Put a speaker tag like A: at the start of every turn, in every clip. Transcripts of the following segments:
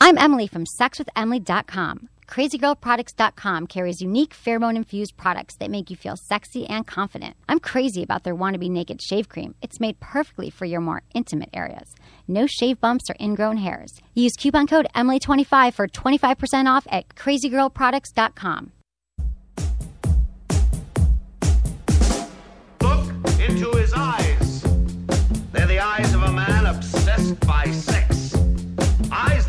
A: I'm Emily from SexWithEmily.com. CrazyGirlProducts.com carries unique pheromone infused products that make you feel sexy and confident. I'm crazy about their Wannabe Naked Shave Cream. It's made perfectly for your more intimate areas. No shave bumps or ingrown hairs. Use coupon code EMILY25 for 25% off at CrazyGirlProducts.com.
B: Look into his eyes. They're the eyes of a man obsessed by sex. Eyes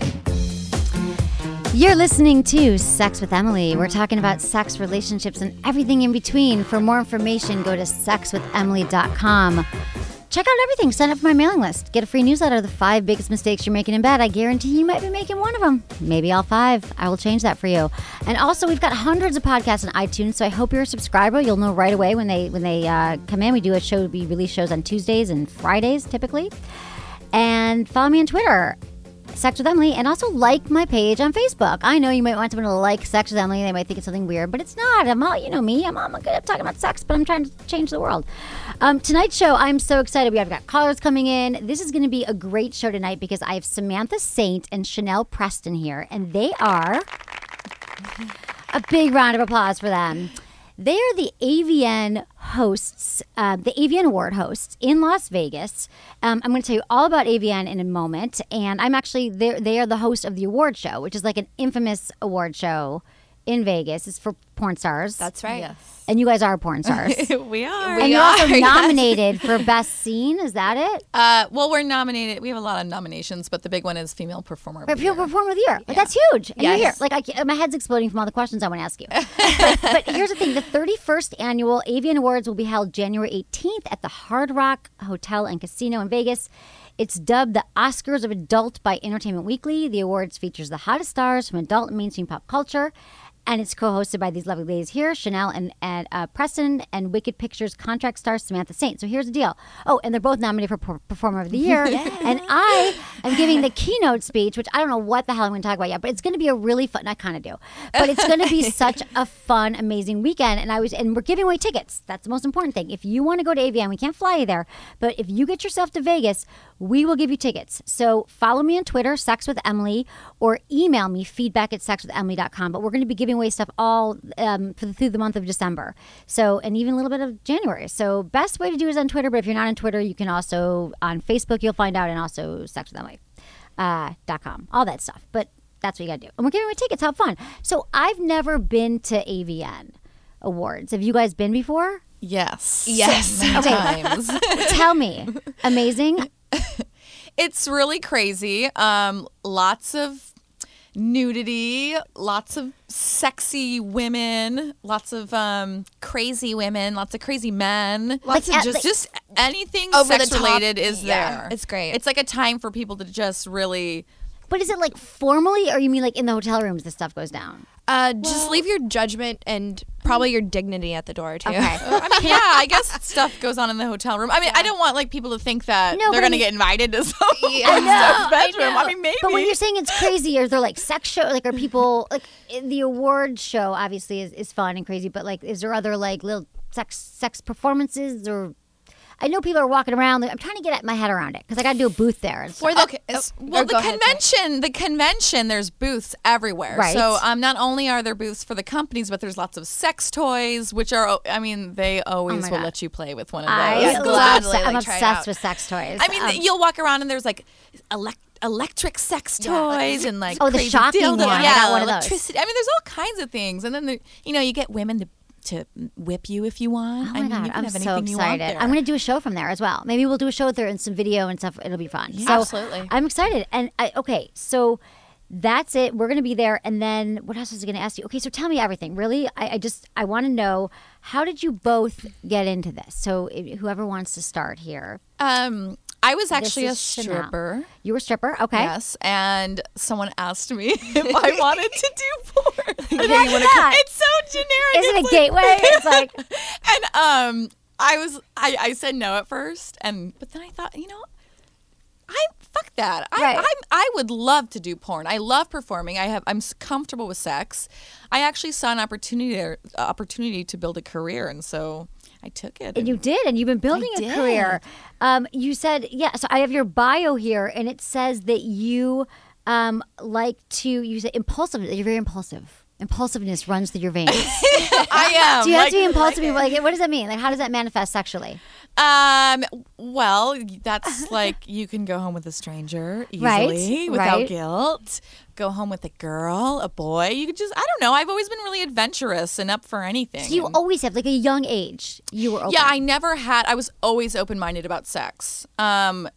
A: You're listening to Sex with Emily. We're talking about sex, relationships, and everything in between. For more information, go to sexwithemily.com. Check out everything. Sign up for my mailing list. Get a free newsletter of the five biggest mistakes you're making in bed. I guarantee you might be making one of them. Maybe all five. I will change that for you. And also, we've got hundreds of podcasts on iTunes, so I hope you're a subscriber. You'll know right away when they when they uh, come in. We do a show. We release shows on Tuesdays and Fridays typically. And follow me on Twitter Sex with Emily and also like my page on Facebook. I know you might want someone to like Sex with Emily. They might think it's something weird, but it's not. I'm all, you know me, I'm all good at talking about sex, but I'm trying to change the world. Um, tonight's show, I'm so excited. We have got callers coming in. This is going to be a great show tonight because I have Samantha Saint and Chanel Preston here, and they are a big round of applause for them. They are the AVN hosts, uh, the AVN Award hosts in Las Vegas. Um, I'm going to tell you all about AVN in a moment. And I'm actually, they're- they are the host of the award show, which is like an infamous award show in Vegas. It's for porn stars.
C: That's right.
A: and you guys are porn stars.
C: We are.
A: and you're also nominated for Best Scene. Is that it?
C: Uh, well, we're nominated. We have a lot of nominations, but the big one is Female Performer. of
A: But
C: the
A: people
C: Year.
A: perform with the year. Like, that's huge. And you're here.
C: Yes.
A: Like I, ca- my head's exploding from all the questions I want to ask you. but, but here's the thing: the 31st annual Avian Awards will be held January 18th at the Hard Rock Hotel and Casino in Vegas. It's dubbed the Oscars of Adult by Entertainment Weekly. The awards features the hottest stars from adult and mainstream pop culture. And it's co-hosted by these lovely ladies here, Chanel and, and uh, Preston, and Wicked Pictures contract star Samantha Saint. So here's the deal. Oh, and they're both nominated for Per- Performer of the Year. And I am giving the keynote speech, which I don't know what the hell I'm going to talk about yet, but it's going to be a really fun. I kind of do, but it's going to be such a fun, amazing weekend. And I was, and we're giving away tickets. That's the most important thing. If you want to go to AVN, we can't fly you there, but if you get yourself to Vegas, we will give you tickets. So follow me on Twitter, Sex with Emily, or email me feedback at sexwithemily.com. But we're going to be giving away stuff all um, for the, through the month of December. So and even a little bit of January. So best way to do is on Twitter. But if you're not on Twitter, you can also on Facebook. You'll find out, and also Sex with Emily uh, dot com, all that stuff. But that's what you got to do. And we're giving away tickets. Have fun. So I've never been to AVN awards. Have you guys been before?
C: Yes.
D: Yes.
C: Sometimes.
A: Tell me. Amazing.
C: it's really crazy. Um, lots of nudity, lots of sexy women, lots of um, crazy women, lots of crazy men.
A: Like
C: Lots
A: at-
C: of just
A: like-
C: just anything
D: Over the
C: sex
D: top.
C: related is
D: Yeah,
C: there.
D: it's great.
C: It's like a time for people to just really
A: But is it like formally, or you mean like in the hotel rooms this stuff goes down?
D: Uh, just leave your judgment and probably your dignity at the door too.
C: Uh, I mean, yeah, I guess stuff goes on in the hotel room. I mean, I don't want like people to think that
A: No, but
C: they're
A: I
C: gonna
A: mean-
C: get invited to some
D: Yeah. I know,
C: stuff's bedroom. I, mean, maybe.
A: But when you're saying it's crazy, or they're like sex show, like are people like the award show? Obviously, is, is fun and crazy, but like, is there other like little sex sex performances or? I know people are walking around. I'm trying to get my head around it because I got to do a booth there. And stuff.
D: For the
C: Okay, s- Uh, well,
A: Oh,
D: or
C: the
D: Uh, oh, go ahead, sorry.
C: convention, the convention, there's booths everywhere.
A: Right.
C: So um, not only are there booths for the companies, but there's lots of sex toys, which are, oh, I mean, they always
A: Oh my
C: will
A: God.
C: let you play with one of
A: I
C: those.
A: love
D: gladly,
A: se- I'm
D: like, try it
A: obsessed
D: out.
A: with sex toys.
C: I mean,
A: Um,
C: you'll walk around and there's like elect- electric sex toys and like
A: Oh, the
C: crazy
A: shocking
C: dildo-
A: one. I
C: Yeah,
A: got one of those.
C: electricity. I mean, there's all kinds of things. And then the, you know, you get women to to whip you if you want.
A: Oh
C: I
A: my
C: mean,
A: god,
C: you can
A: I'm
C: have
A: so
C: anything you want
A: excited!
C: there.
A: I'm going to do a show from there as well. Maybe we'll do a show there and some video and stuff. It'll be fun. So
C: Absolutely.
A: I'm excited. And I, okay, so that's it. We're going to be there. And then what else was I going to ask you? Okay, so tell me everything. Really, I, I just I want to know how did you both get into this? So i- whoever wants to start here,
C: Um, I was actually a
A: is Chanel.
C: stripper.
A: you were a stripper, okay?
C: Yes, and someone asked me if I wanted to do porn.
A: Why
C: And I-
A: not?
C: It's so generic.
A: Is it
C: It's
A: a
C: like-
A: gateway? It's like
C: And um, I was I, I said no at first, and but then I thought, you know, I fuck that. I
A: Right.
C: I'm, I would love to do porn. I love performing. I have I'm s- comfortable with sex. I actually saw an opportunity there- opportunity to build a career, and so I took it.
A: And you did, and you've been building a
C: did.
A: career. Um, you said, yeah, so I have your bio here, and it says that you um, like to, you say impulsive, that you're very impulsive. Impulsiveness runs through your veins.
C: I am.
A: Do you have
C: like-
A: to be impulsive? Like, what does that mean? Like, how does that manifest sexually?
C: Um. Well, that's like you can go home with a stranger
A: Right,
C: easily without
A: right.
C: guilt. Go home with a girl, a boy. You could just—I don't know. I've always been really adventurous and up for anything.
A: So you always have, like, a young age, you were open.
C: Mm. yeah, I never had. I was always open-minded about sex. Um,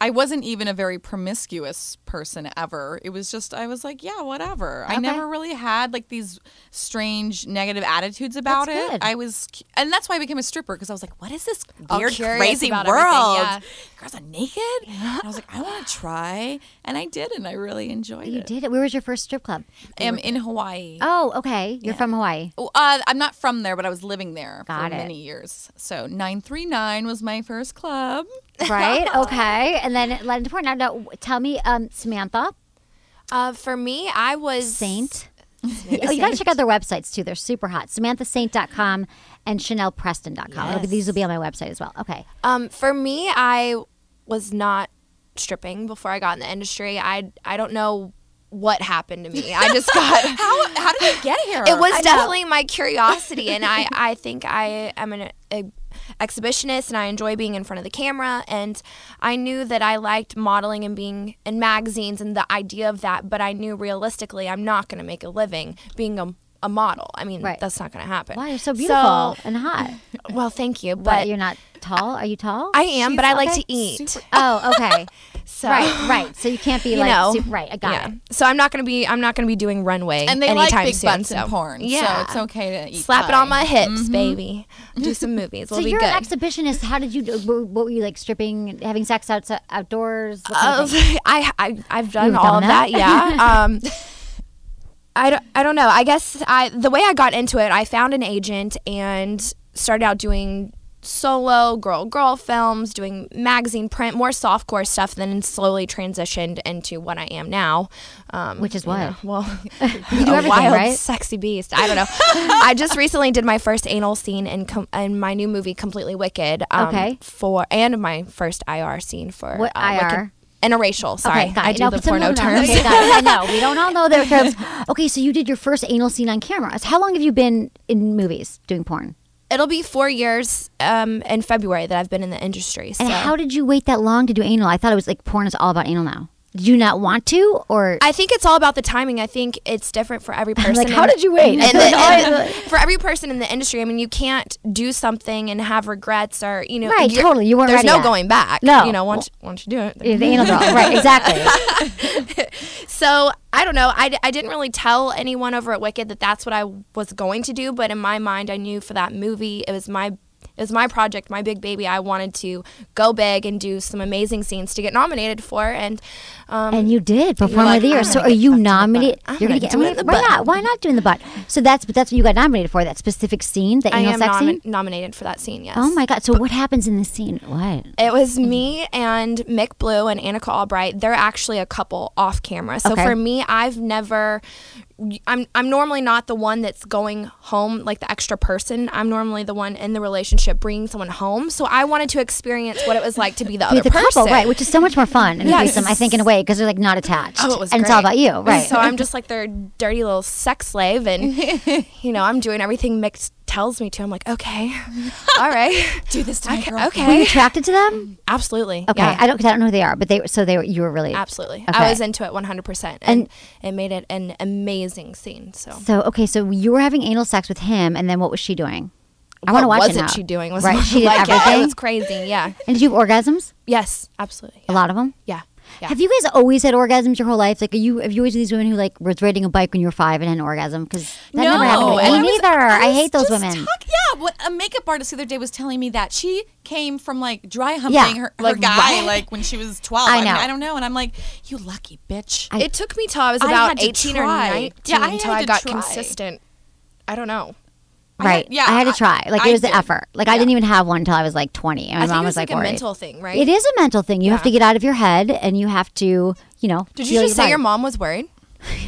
C: I wasn't even a very promiscuous person ever. It was just I was like, yeah, whatever. I
A: Okay.
C: never really had like these strange negative attitudes about
A: That's
C: it.
A: good.
C: I was, cu- and that's why I became a stripper because I was like, what is this weird,
D: curious
C: crazy
D: about
C: world?
D: everything, yeah.
C: Girls are naked. And I was like, I want to try, and I did, and I really enjoyed
A: You
C: it.
A: did it. Where was your first strip club?
C: I am in Hawaii.
A: Oh, okay. You're from Hawaii.
C: Oh, Uh, I'm not from there, but I was living there
A: Got
C: for
A: it.
C: many years. So 939 was my first club.
A: Right? okay. And then it led into porn. Now, now tell me, um, Samantha,
D: Uh, for me, I was
A: Saint. oh, you got to check out their websites too. They're super hot. SamanthaSaint.com and ChanelPreston.com. It'll be, these will be on my website as well. Okay.
D: Um, for me, I was not stripping before I got in the industry. I I don't know what happened to me. I just got how
C: How did you get here?
D: it was definitely my curiosity, and I I think I am an a, exhibitionist, and I enjoy being in front of the camera. And I knew that I liked modeling and being in magazines and the idea of that, but I knew realistically I'm not going to make a living being a a model. I mean,
A: Right.
D: that's not going to happen.
A: Wow, you're so beautiful and hot.
D: well, thank you,
A: But
D: but
A: you're not tall. Are you tall?
D: I am, but I like
A: okay.
D: to eat.
A: Oh, okay.
D: so.
A: right, right. So you can't be
D: You
A: like
D: know.
A: super, right. I got
D: yeah.
A: it.
D: So I'm not gonna be I'm not gonna be doing runway
C: And they like
D: anytime
C: big
D: soon.
C: butts
D: so.
C: and porn.
D: Yeah.
C: So it's okay to eat
D: Slap it
C: pie.
D: on my hips, baby. Do some movies. We'll
A: so
D: be
A: you're
D: good.
A: an exhibitionist. How did you? do- What what were you like? Stripping, having sex outside, outdoors. What kind
D: Uh,
A: of thing?
D: I, I I've done
A: You've
D: all
A: done
D: of
A: that?
D: that. Yeah. Um, I don't, I don't know. I guess I the way I got into it, I found an agent and started out doing solo girl girl films, doing magazine print, more softcore stuff, then slowly transitioned into what I am now. Um,
A: Which is
D: you
A: what?
D: know, well,
A: do
D: a
A: everything,
D: wild,
A: right?
D: sexy beast. I don't know. I just recently did my first anal scene in com- in my new movie, Completely Wicked. Um,
A: Okay.
D: For and my first IR scene for
A: What IR?
D: Wicked, interracial. Sorry,
A: Okay, got
D: I
A: it.
D: do
A: No,
D: the
A: but some
D: porno
A: people don't know.
D: terms.
A: Okay, got it. I know we don't all know their terms. Okay, so you did your first anal scene on camera. How long have you been in movies doing porn?
D: It'll be four years um, in February that I've been in the industry. So.
A: And how did you wait that long to do anal? I thought it was like porn is all about anal now. Did you not want to, or
D: I think it's all about the timing. I think it's different for every person.
A: like
D: in-
A: how did you wait?
D: in the- in the- for every person in the industry, I mean, you can't do something and have regrets or you know.
A: Right,
D: you're-
A: totally. You weren't
D: There's
A: ready
D: no
A: yet.
D: going back.
A: No.
D: you know, once once you do it,
A: You're the anal girl, right? Exactly.
D: So I don't know. I, d- I didn't really tell anyone over at Wicked that that's what I was going to do, but in my mind, I knew for that movie, it was my it was my project, my big baby. I wanted to go big and do some amazing scenes to get nominated for, and um,
A: And you did perform
D: like,
A: of the year.
D: I'm
A: So
D: gonna
A: are
D: get
A: you
D: fucked in the butt.
A: nominated?
D: I'm
A: You're
D: gonna
A: get
D: do it in
A: nominated.
D: the
A: Why
D: butt.
A: not? Why not doing the butt? So that's but that's what you got nominated for. That specific scene, that
D: I
A: anal
D: am
A: sex
D: nomi-
A: scene.
D: nominated for that scene. Yes.
A: Oh my god! So what happens in this scene? What?
D: It was
A: Mm-hmm.
D: me and Mick Blue and Annika Albright. They're actually a couple off camera. So
A: Okay.
D: for me, I've never. I'm I'm normally not the one that's going home like the extra person. I'm normally the one in the relationship bringing someone home. So I wanted to experience what it was like to be the
A: Be
D: other
A: the
D: person.
A: couple, right? Which is so much more fun and
D: Yes.
A: threesome, I think, in a way because they're like not attached.
D: Oh, it was
A: and it's all about
D: great.
A: you, right?
D: So I'm just like their dirty little sex slave, and you know I'm doing everything Mick tells me to. I'm like, okay, all right, do this to okay,
A: Were you
D: okay,
A: attracted to them?
D: absolutely,
A: Okay,
D: yeah.
A: I don't. 'cause I don't know who they are, but they. So they. were You were really
D: Absolutely.
A: Okay.
D: I was into it 100%. And, it made it an amazing scene. So,
A: So okay, so you were having anal sex with him, and then what was she doing? I want to
D: what
A: watch
D: was
A: it now.
D: it she doing? Was
A: right.
D: more
A: She did
D: like,
A: everything.
D: It was crazy. Yeah.
A: And did you have orgasms?
D: Yes, absolutely.
A: A lot of them.
D: Yeah. Yeah.
A: Have you guys always had orgasms your whole life? Like, are you have you always been these women who like was riding a bike when you were five and had an orgasm? Because that never happened to me.
C: and I
A: Me
C: was-
A: neither. I,
C: was
A: hate those
C: just
A: women.
C: talk- yeah, what a makeup artist the other day was telling me that she came from like dry humping
A: Yeah,
C: her, her
A: like,
C: guy
A: what?
C: like when she was twelve.
A: I
C: mean,
A: know.
C: I don't know, and I'm like, you lucky bitch.
A: I-
D: it took me till I was
C: I
D: about
C: had to
D: 18 or
C: try.
D: 19
C: Yeah, I
D: until
C: had
D: I
C: to
D: got
C: try.
D: consistent I don't know.
C: had-
A: Right.
C: yeah,
A: I had to
C: I-
A: try. Like it
C: I
A: was the
C: did.
A: effort. Like I didn't even have one until I was like 20. And my
D: I think
A: mom
D: it
A: was like,
D: a
A: worried.
D: mental thing, right?
A: It is a mental thing. You have to get out of your head and you have to, you know.
D: Did you
A: feel
D: just say your
A: body.
D: mom was worried?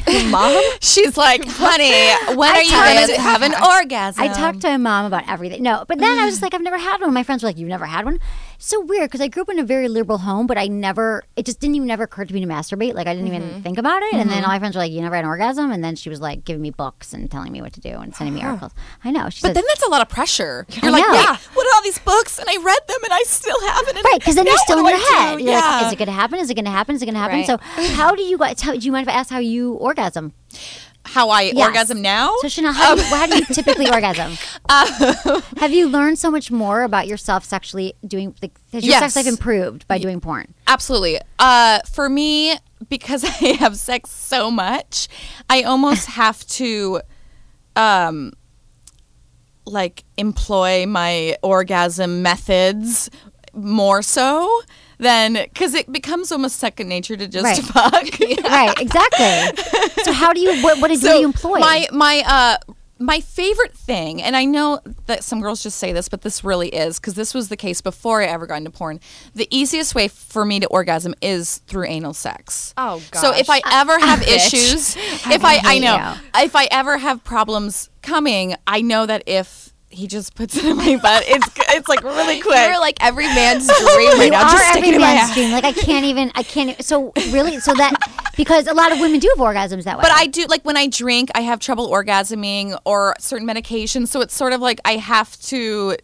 D: Your mom?
C: She's like, honey, when
A: I
C: are you
A: talked
C: going
A: to-
C: to have an orgasm?
A: I talked to my mom about everything. No, but then I was just like, I've never had one. My friends were like, You've never had one? It's so weird because I grew up in a very liberal home, but I never, it just didn't even ever occur to me to masturbate. Like, I didn't
C: Mm-hmm.
A: even think about it. And then all my friends were like, You never had an orgasm? And then she was like, giving me books and telling me what to do and sending me articles. I know. She
C: But
A: says,
C: then that's a lot of pressure. You're
A: I
C: like,
A: know.
C: yeah, what are all these books? And I read them and I still haven't. and
A: Right, because then
C: now
A: you're still in
C: what
A: your
C: do I
A: head.
C: do?
A: You're
C: yeah.
A: like, is it going to happen? Is it going to happen? Is it going to happen?
D: Right.
A: So, how do you guys? How, do you mind if I ask how you orgasm?
C: How I
A: Yes.
C: orgasm now? Um,
A: So, Chanel, how, do, you, how do you typically orgasm? Have you learned so much more about yourself sexually doing? Like, has your sex
C: Yes.
A: life improved by doing porn?
C: Absolutely. Uh, for me, because I have sex so much, I almost have to, um, like employ my orgasm methods more so than because it becomes almost second nature to just
A: Right.
C: fuck.
A: Right, exactly. so, how do you? What, what is what do you employ?
C: My my uh my favorite thing, and I know that some girls just say this, but this really is because this was the case before I ever got into porn. The easiest way for me to orgasm is through anal sex.
D: Oh,
C: So if I ever have
A: bitch.
C: issues, if I I
A: hate
C: know
A: you.
C: if I ever have problems coming, I know that if he just puts it in my butt, it's it's like really quick.
D: You're like every man's dream right
A: you
D: now.
A: are
D: Just
A: every
D: sticking in my
A: man's
D: ass.
A: dream. Like, I can't even. I can't. even- So, really, so that because a lot of women do have orgasms that way.
C: But I do like when I drink, I have trouble orgasming or certain medications. So it's sort of like I have to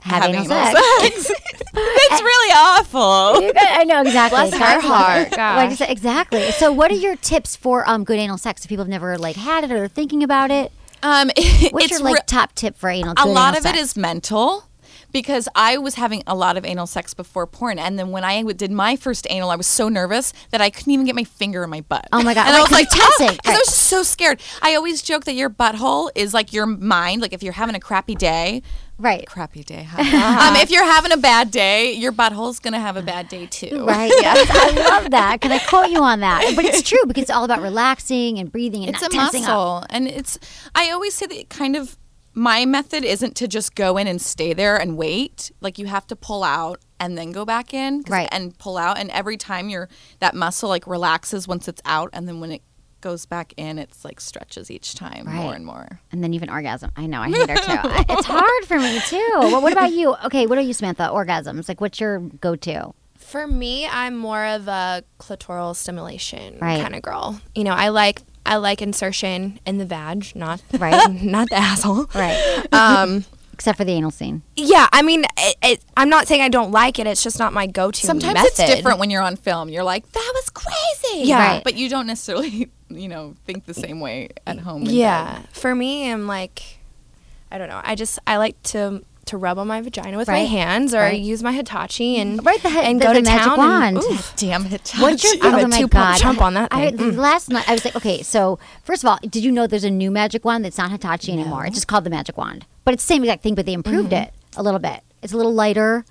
A: Have anal
C: sex. That's really awful.
A: I know exactly.
D: Bless her heart.
A: Like I
D: Gosh.
A: said, exactly. So, what are your tips for um, good anal sex if people have never like had it or they're thinking about it?
C: Um,
A: What's
C: it's
A: your like
C: re-
A: top tip for anal?
C: a
A: good
C: lot
A: anal
C: of
A: sex?
C: it is mental because I was having a lot of anal sex before porn, and then when I w- did my first anal, I was so nervous that I couldn't even get my finger in my butt.
A: Oh my God,
C: And
A: right,
C: I was
A: 'cause
C: like
A: you're tensing,
C: because
A: right.
C: I was just so scared. I always joke that your butthole is like your mind. Like if you're having a crappy day,
A: right.
C: crappy day.
A: Uh-huh.
C: huh? um, if you're having a bad day, your butthole's gonna have a bad day too.
A: Right. Yes, I love that. Can I quote you on that? But it's true because it's all about relaxing and breathing and
C: It's
A: not
C: a
A: tensing up.
C: muscle, and it's. I always say that it kind of my method isn't to just go in and stay there and wait. Like you have to pull out and then go back in, 'cause-
A: Right.
C: And pull out, and every time you're that muscle like relaxes once it's out, and then when it goes back in, it's like stretches each time more
A: Right.
C: and more.
A: And then even orgasm. I know I hate her too. I- It's hard for me too. Well, what about you? Okay, what are you, Samantha? Orgasms. Like, what's your go-to?
D: For me, I'm more of a clitoral stimulation
A: Right.
D: kind of girl. You know, I like I like insertion in the vag, not
A: Right.
D: not the asshole.
A: Right.
D: Um,
A: Except for the anal scene.
D: yeah, I mean, it, it, I'm not saying I don't like it. It's just not my go-to.
C: Sometimes it's
D: method.
C: different when you're on film. You're like, that was crazy.
D: Yeah.
A: Right.
C: But you don't necessarily, you know, think the same way at home. in bed.
D: Yeah, for me, I'm like, I don't know. I just I like to to rub on my vagina with my
A: Right.
D: hands or
A: Right.
D: use my Hitachi and
A: Right, the he-
D: and
A: the-
D: go
A: the
D: to
A: magic
D: town.
A: wand.
D: And, oof.
C: Damn it.
A: What's your
D: I'm a
A: oh my
D: two-pump
A: God.
D: chump on that
A: I,
D: thing.
A: the last night I was like, okay, so first of all, did you know there's a new magic wand that's not Hitachi anymore? It's just called the magic wand, but it's the same exact thing, but they improved it a little bit. It's a little lighter.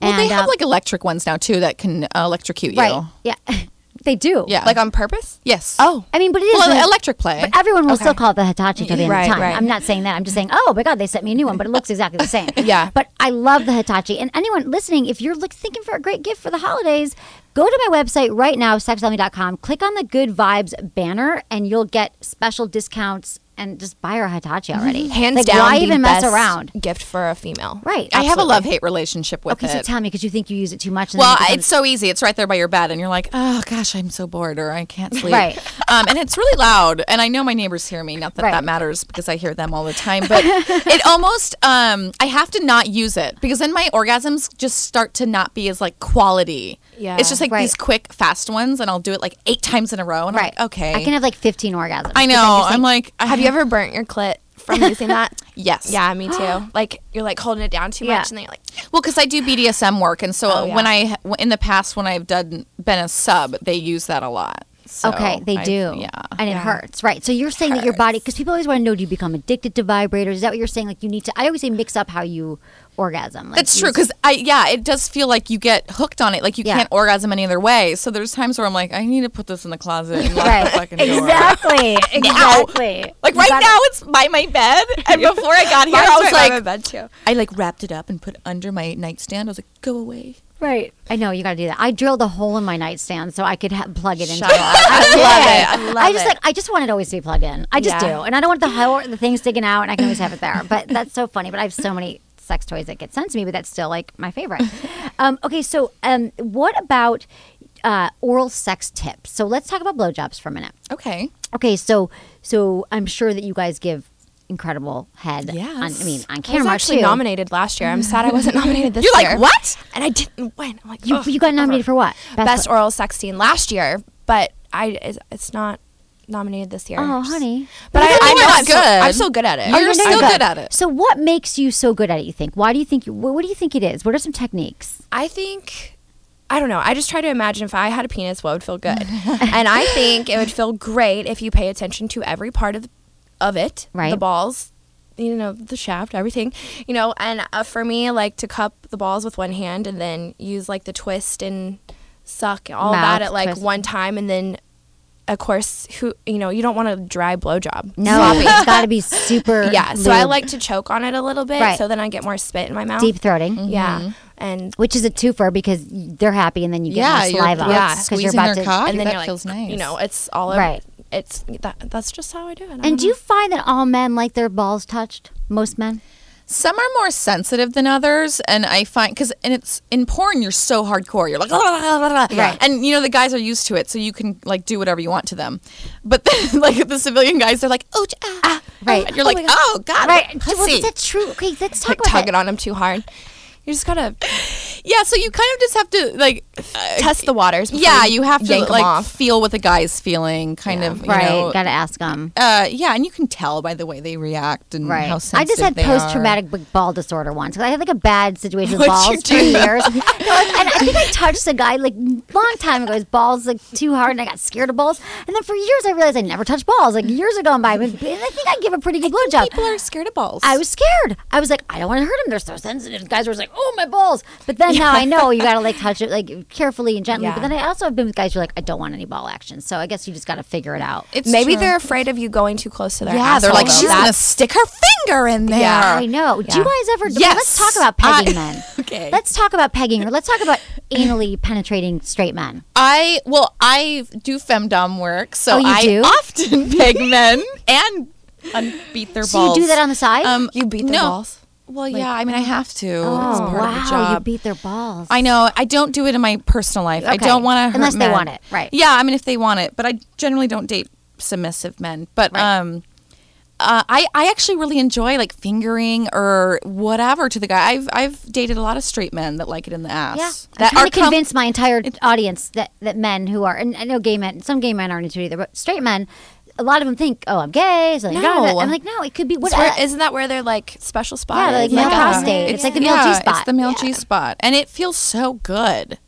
C: Well, they
A: Mm-hmm. and,
C: have
A: uh,
C: like electric ones now too that can uh, electrocute you.
A: right, yeah, they do.
C: Yeah.
D: like on purpose.
C: Yes.
D: Oh,
A: I mean, but it is
C: Well,
A: an-
C: electric play.
A: But everyone will still call it the Hitachi till the end
D: Right,
A: of time.
D: right.
A: I'm not saying that. I'm just saying, oh my God, they sent me a new one, but it looks exactly the same.
D: Yeah.
A: But I love the Hitachi. And anyone listening, if you're like, thinking for a great gift for the holidays, go to my website right now, sexlemmy.com. Click on the Good Vibes banner, and you'll get special discounts and just buy our Hitachi already.
D: hands
A: like,
D: down.
A: Why
D: the
A: even mess
D: best
A: around?
D: Gift for a female.
A: Right.
C: I have a
A: absolutely.
C: love hate relationship with
A: Okay, so
C: it.
A: tell me, because you think you use it too much. And then
C: well,
A: it becomes-
C: it's so easy. It's right there by your bed, and you're like, "Oh gosh, I'm so bored, or I can't sleep."
A: Right.
C: Um, and it's really loud, and I know my neighbors hear me. Not that
A: Right.
C: that matters because I hear them all the time, but it almost um, I have to not use it because then my orgasms just start to not be as like quality.
D: Yeah.
C: It's just like
A: Right.
C: these quick, fast ones, and I'll do it like eight times in a row, and
A: Right.
C: I'm like, "Okay."
A: I can have like 15 orgasms.
C: I know. I'm like, I
D: Have you ever burnt your clit from using that?
C: Yes.
D: Yeah, me too. like you're like holding it down too
A: Yeah.
D: much, and then you're like,
C: Well, because I do BDSM work, and so
D: yeah.
C: when I in the past when I've done been a sub, they use that a lot. So
A: okay, they
C: I-
A: do.
C: yeah.
A: And it hurts. Right. So you're saying that your body, because people always want to know, do you become addicted to vibrators? Is that what you're saying? Like you need to, I always say mix up how you orgasm. Like
C: That's
A: you
C: true because I yeah it does feel like you get hooked on it like you
A: Yeah.
C: can't orgasm any other way so there's times where I'm like I need to put this in the closet and lock the
A: Right.
C: fucking door
A: Exactly. Exactly.
C: like
A: You
C: right
A: gotta-
C: now it's by my bed and before I got here I was like
D: bed too.
C: I like wrapped it up and put it under my nightstand I was like go away
A: Right. I know you got to do that. I drilled a hole in my nightstand so I could ha- plug it in.
C: Shut up. I
A: I
C: love it. I
A: did.
C: love
A: I just
C: it.
A: like I just want it always to be plugged in. I just
D: Yeah.
A: do, and I don't want the whole the thing sticking out, and I can always have it there. But that's so funny. But I have so many sex toys that get sent to me, but that's still like my favorite. Um, okay, so um, what about uh, oral sex tips? So let's talk about blowjobs for a minute.
C: okay
A: Okay, so so I'm sure that you guys give incredible head. on-
C: Yes.
A: I mean on
D: I was
A: camera
D: actually
A: too.
D: nominated last year. I'm sad I wasn't nominated this
C: you're
D: year.
C: like what
D: And I didn't win. I'm like,
A: You,
D: ugh,
A: you got nominated for what?
D: best
A: oral.
D: oral sex scene last year, but I it's, it's not nominated this year.
A: Oh,
D: Just-
A: honey. Oh,
D: But I,
C: You're
D: I know
C: not
D: I'm so,
C: good.
D: I'm so good at it.
C: You're
A: No,
C: still
A: no, no.
C: good at it
A: So, what makes you so good at it? You think? Why do you think? You, what, what do you think it is? What are some techniques?
D: I think I don't know. I just try to imagine if I had a penis, what would feel good. and I think it would feel great if you pay attention to every part of of it,
A: Right.
D: the balls, you know, the shaft, everything, you know. And uh, for me, like to cup the balls with one hand and then use like the twist and suck all
A: Mouth
D: that at like
A: twist.
D: one time, and then of course, who you know, you don't want a dry blowjob.
A: No, it's got to be super.
D: Yeah, so I
A: lube.
D: like to choke on it a little bit,
A: Right.
D: so then I get more spit in my mouth.
A: deep Mm-hmm. throating.
C: Mm-hmm.
D: yeah, and
A: Which is a twofer because they're happy and then you get
C: Yeah,
A: more
C: your
A: saliva.
C: throat's
A: because you're
C: squeezing
A: about
C: their
A: to.
C: cock.
D: and then
C: that
D: you're like,
C: feels nice.
D: you know, it's all
A: Right.
D: right. It's that, that's just how I do it. I don't
A: And do
D: know.
A: you
C: Mm-hmm.
A: find that all men like their balls touched? Most men.
C: Some are more sensitive than others, and I find because and it's in porn you're so hardcore. You're like,
A: Right.
C: and you know the guys are used to it, so you can like do whatever you want to them. But then, like the civilian guys, they're like, oh, j- ah, ah,"
A: right.
C: And you're like, oh god,
A: Right.
C: pussy.
A: Well, is that true? Okay, let's talk
D: like
A: about
D: tug
A: it.
D: it on them too hard? You just gotta
C: Yeah, so you kind of just have to like,
D: test the waters. before
C: yeah, you have to
D: yank 'em
C: like
D: off.
C: feel what the guy's feeling, kind of, you
A: Right.
C: know.
A: Got to ask them.
C: Uh, yeah, and you can tell by the way they react and
A: Right.
C: how
A: I
C: sensitive
A: just had
C: they are.
A: post traumatic ball disorder once. 'cause I had like a bad situation with
C: What'd you
A: balls for
C: do?
A: years. No, like, and I think I touched a guy like long time ago. His balls like too hard, and I got scared of balls. And then for years, I realized I never touched balls. Like years ago, and by and I think I give a pretty good blowjob.
C: People are scared of balls.
A: I was scared. I was like, I don't want to hurt him. They're so sensitive. Guys were like, oh my balls. But then now I know you gotta like touch it like carefully and gently. But
D: Yeah.
A: then I also have been with guys who are like, I don't want any ball action. So I guess you just gotta figure it out.
C: It's
D: Maybe
C: true.
D: they're afraid of you going too close to their.
C: Yeah, they're
D: asshole,
C: like,
D: though.
C: she's
D: That-
C: gonna stick her finger in there.
D: Yeah.
A: I know. Do you guys ever? well, Let's
C: Yes.
A: talk about
C: I-
A: pegging men.
C: Okay.
A: Let's talk about pegging, or let's talk about anally penetrating straight men.
C: I well, I do femdom work, so
A: Oh, you
C: I
A: do?
C: often peg men and un- beat their
A: So
C: balls. Um,
A: you do that on the side?
D: You beat their
C: no.
D: balls?
C: Well, yeah. I mean, I have to. it's
A: oh
C: part of
A: wow!
C: the job.
A: You beat their balls.
C: I know. I don't do it in my personal life. I
A: Okay.
C: don't want to
A: Unless they want it, right.
C: Yeah, I mean if they want it, but I generally don't date submissive men. But um uh, I, I actually really enjoy like fingering or whatever to the guy. I've I've dated a lot of straight men that like it in the
A: Yeah,
C: ass.
A: I'm
C: That
A: trying
C: are
A: to
C: com-
A: convince my entire audience that, that men who are, and I know gay men, some gay men aren't into it either, but straight men, a lot of them think, oh, I'm gay. So no.
C: No.
A: I'm like, no, it could be what?
D: It's where-
A: uh,
D: isn't that where they're like special uh, spot?
A: Yeah,
D: is?
A: like male prostate. It's, like the male
C: yeah,
A: G spot.
C: It's the male G spot, and it feels so good.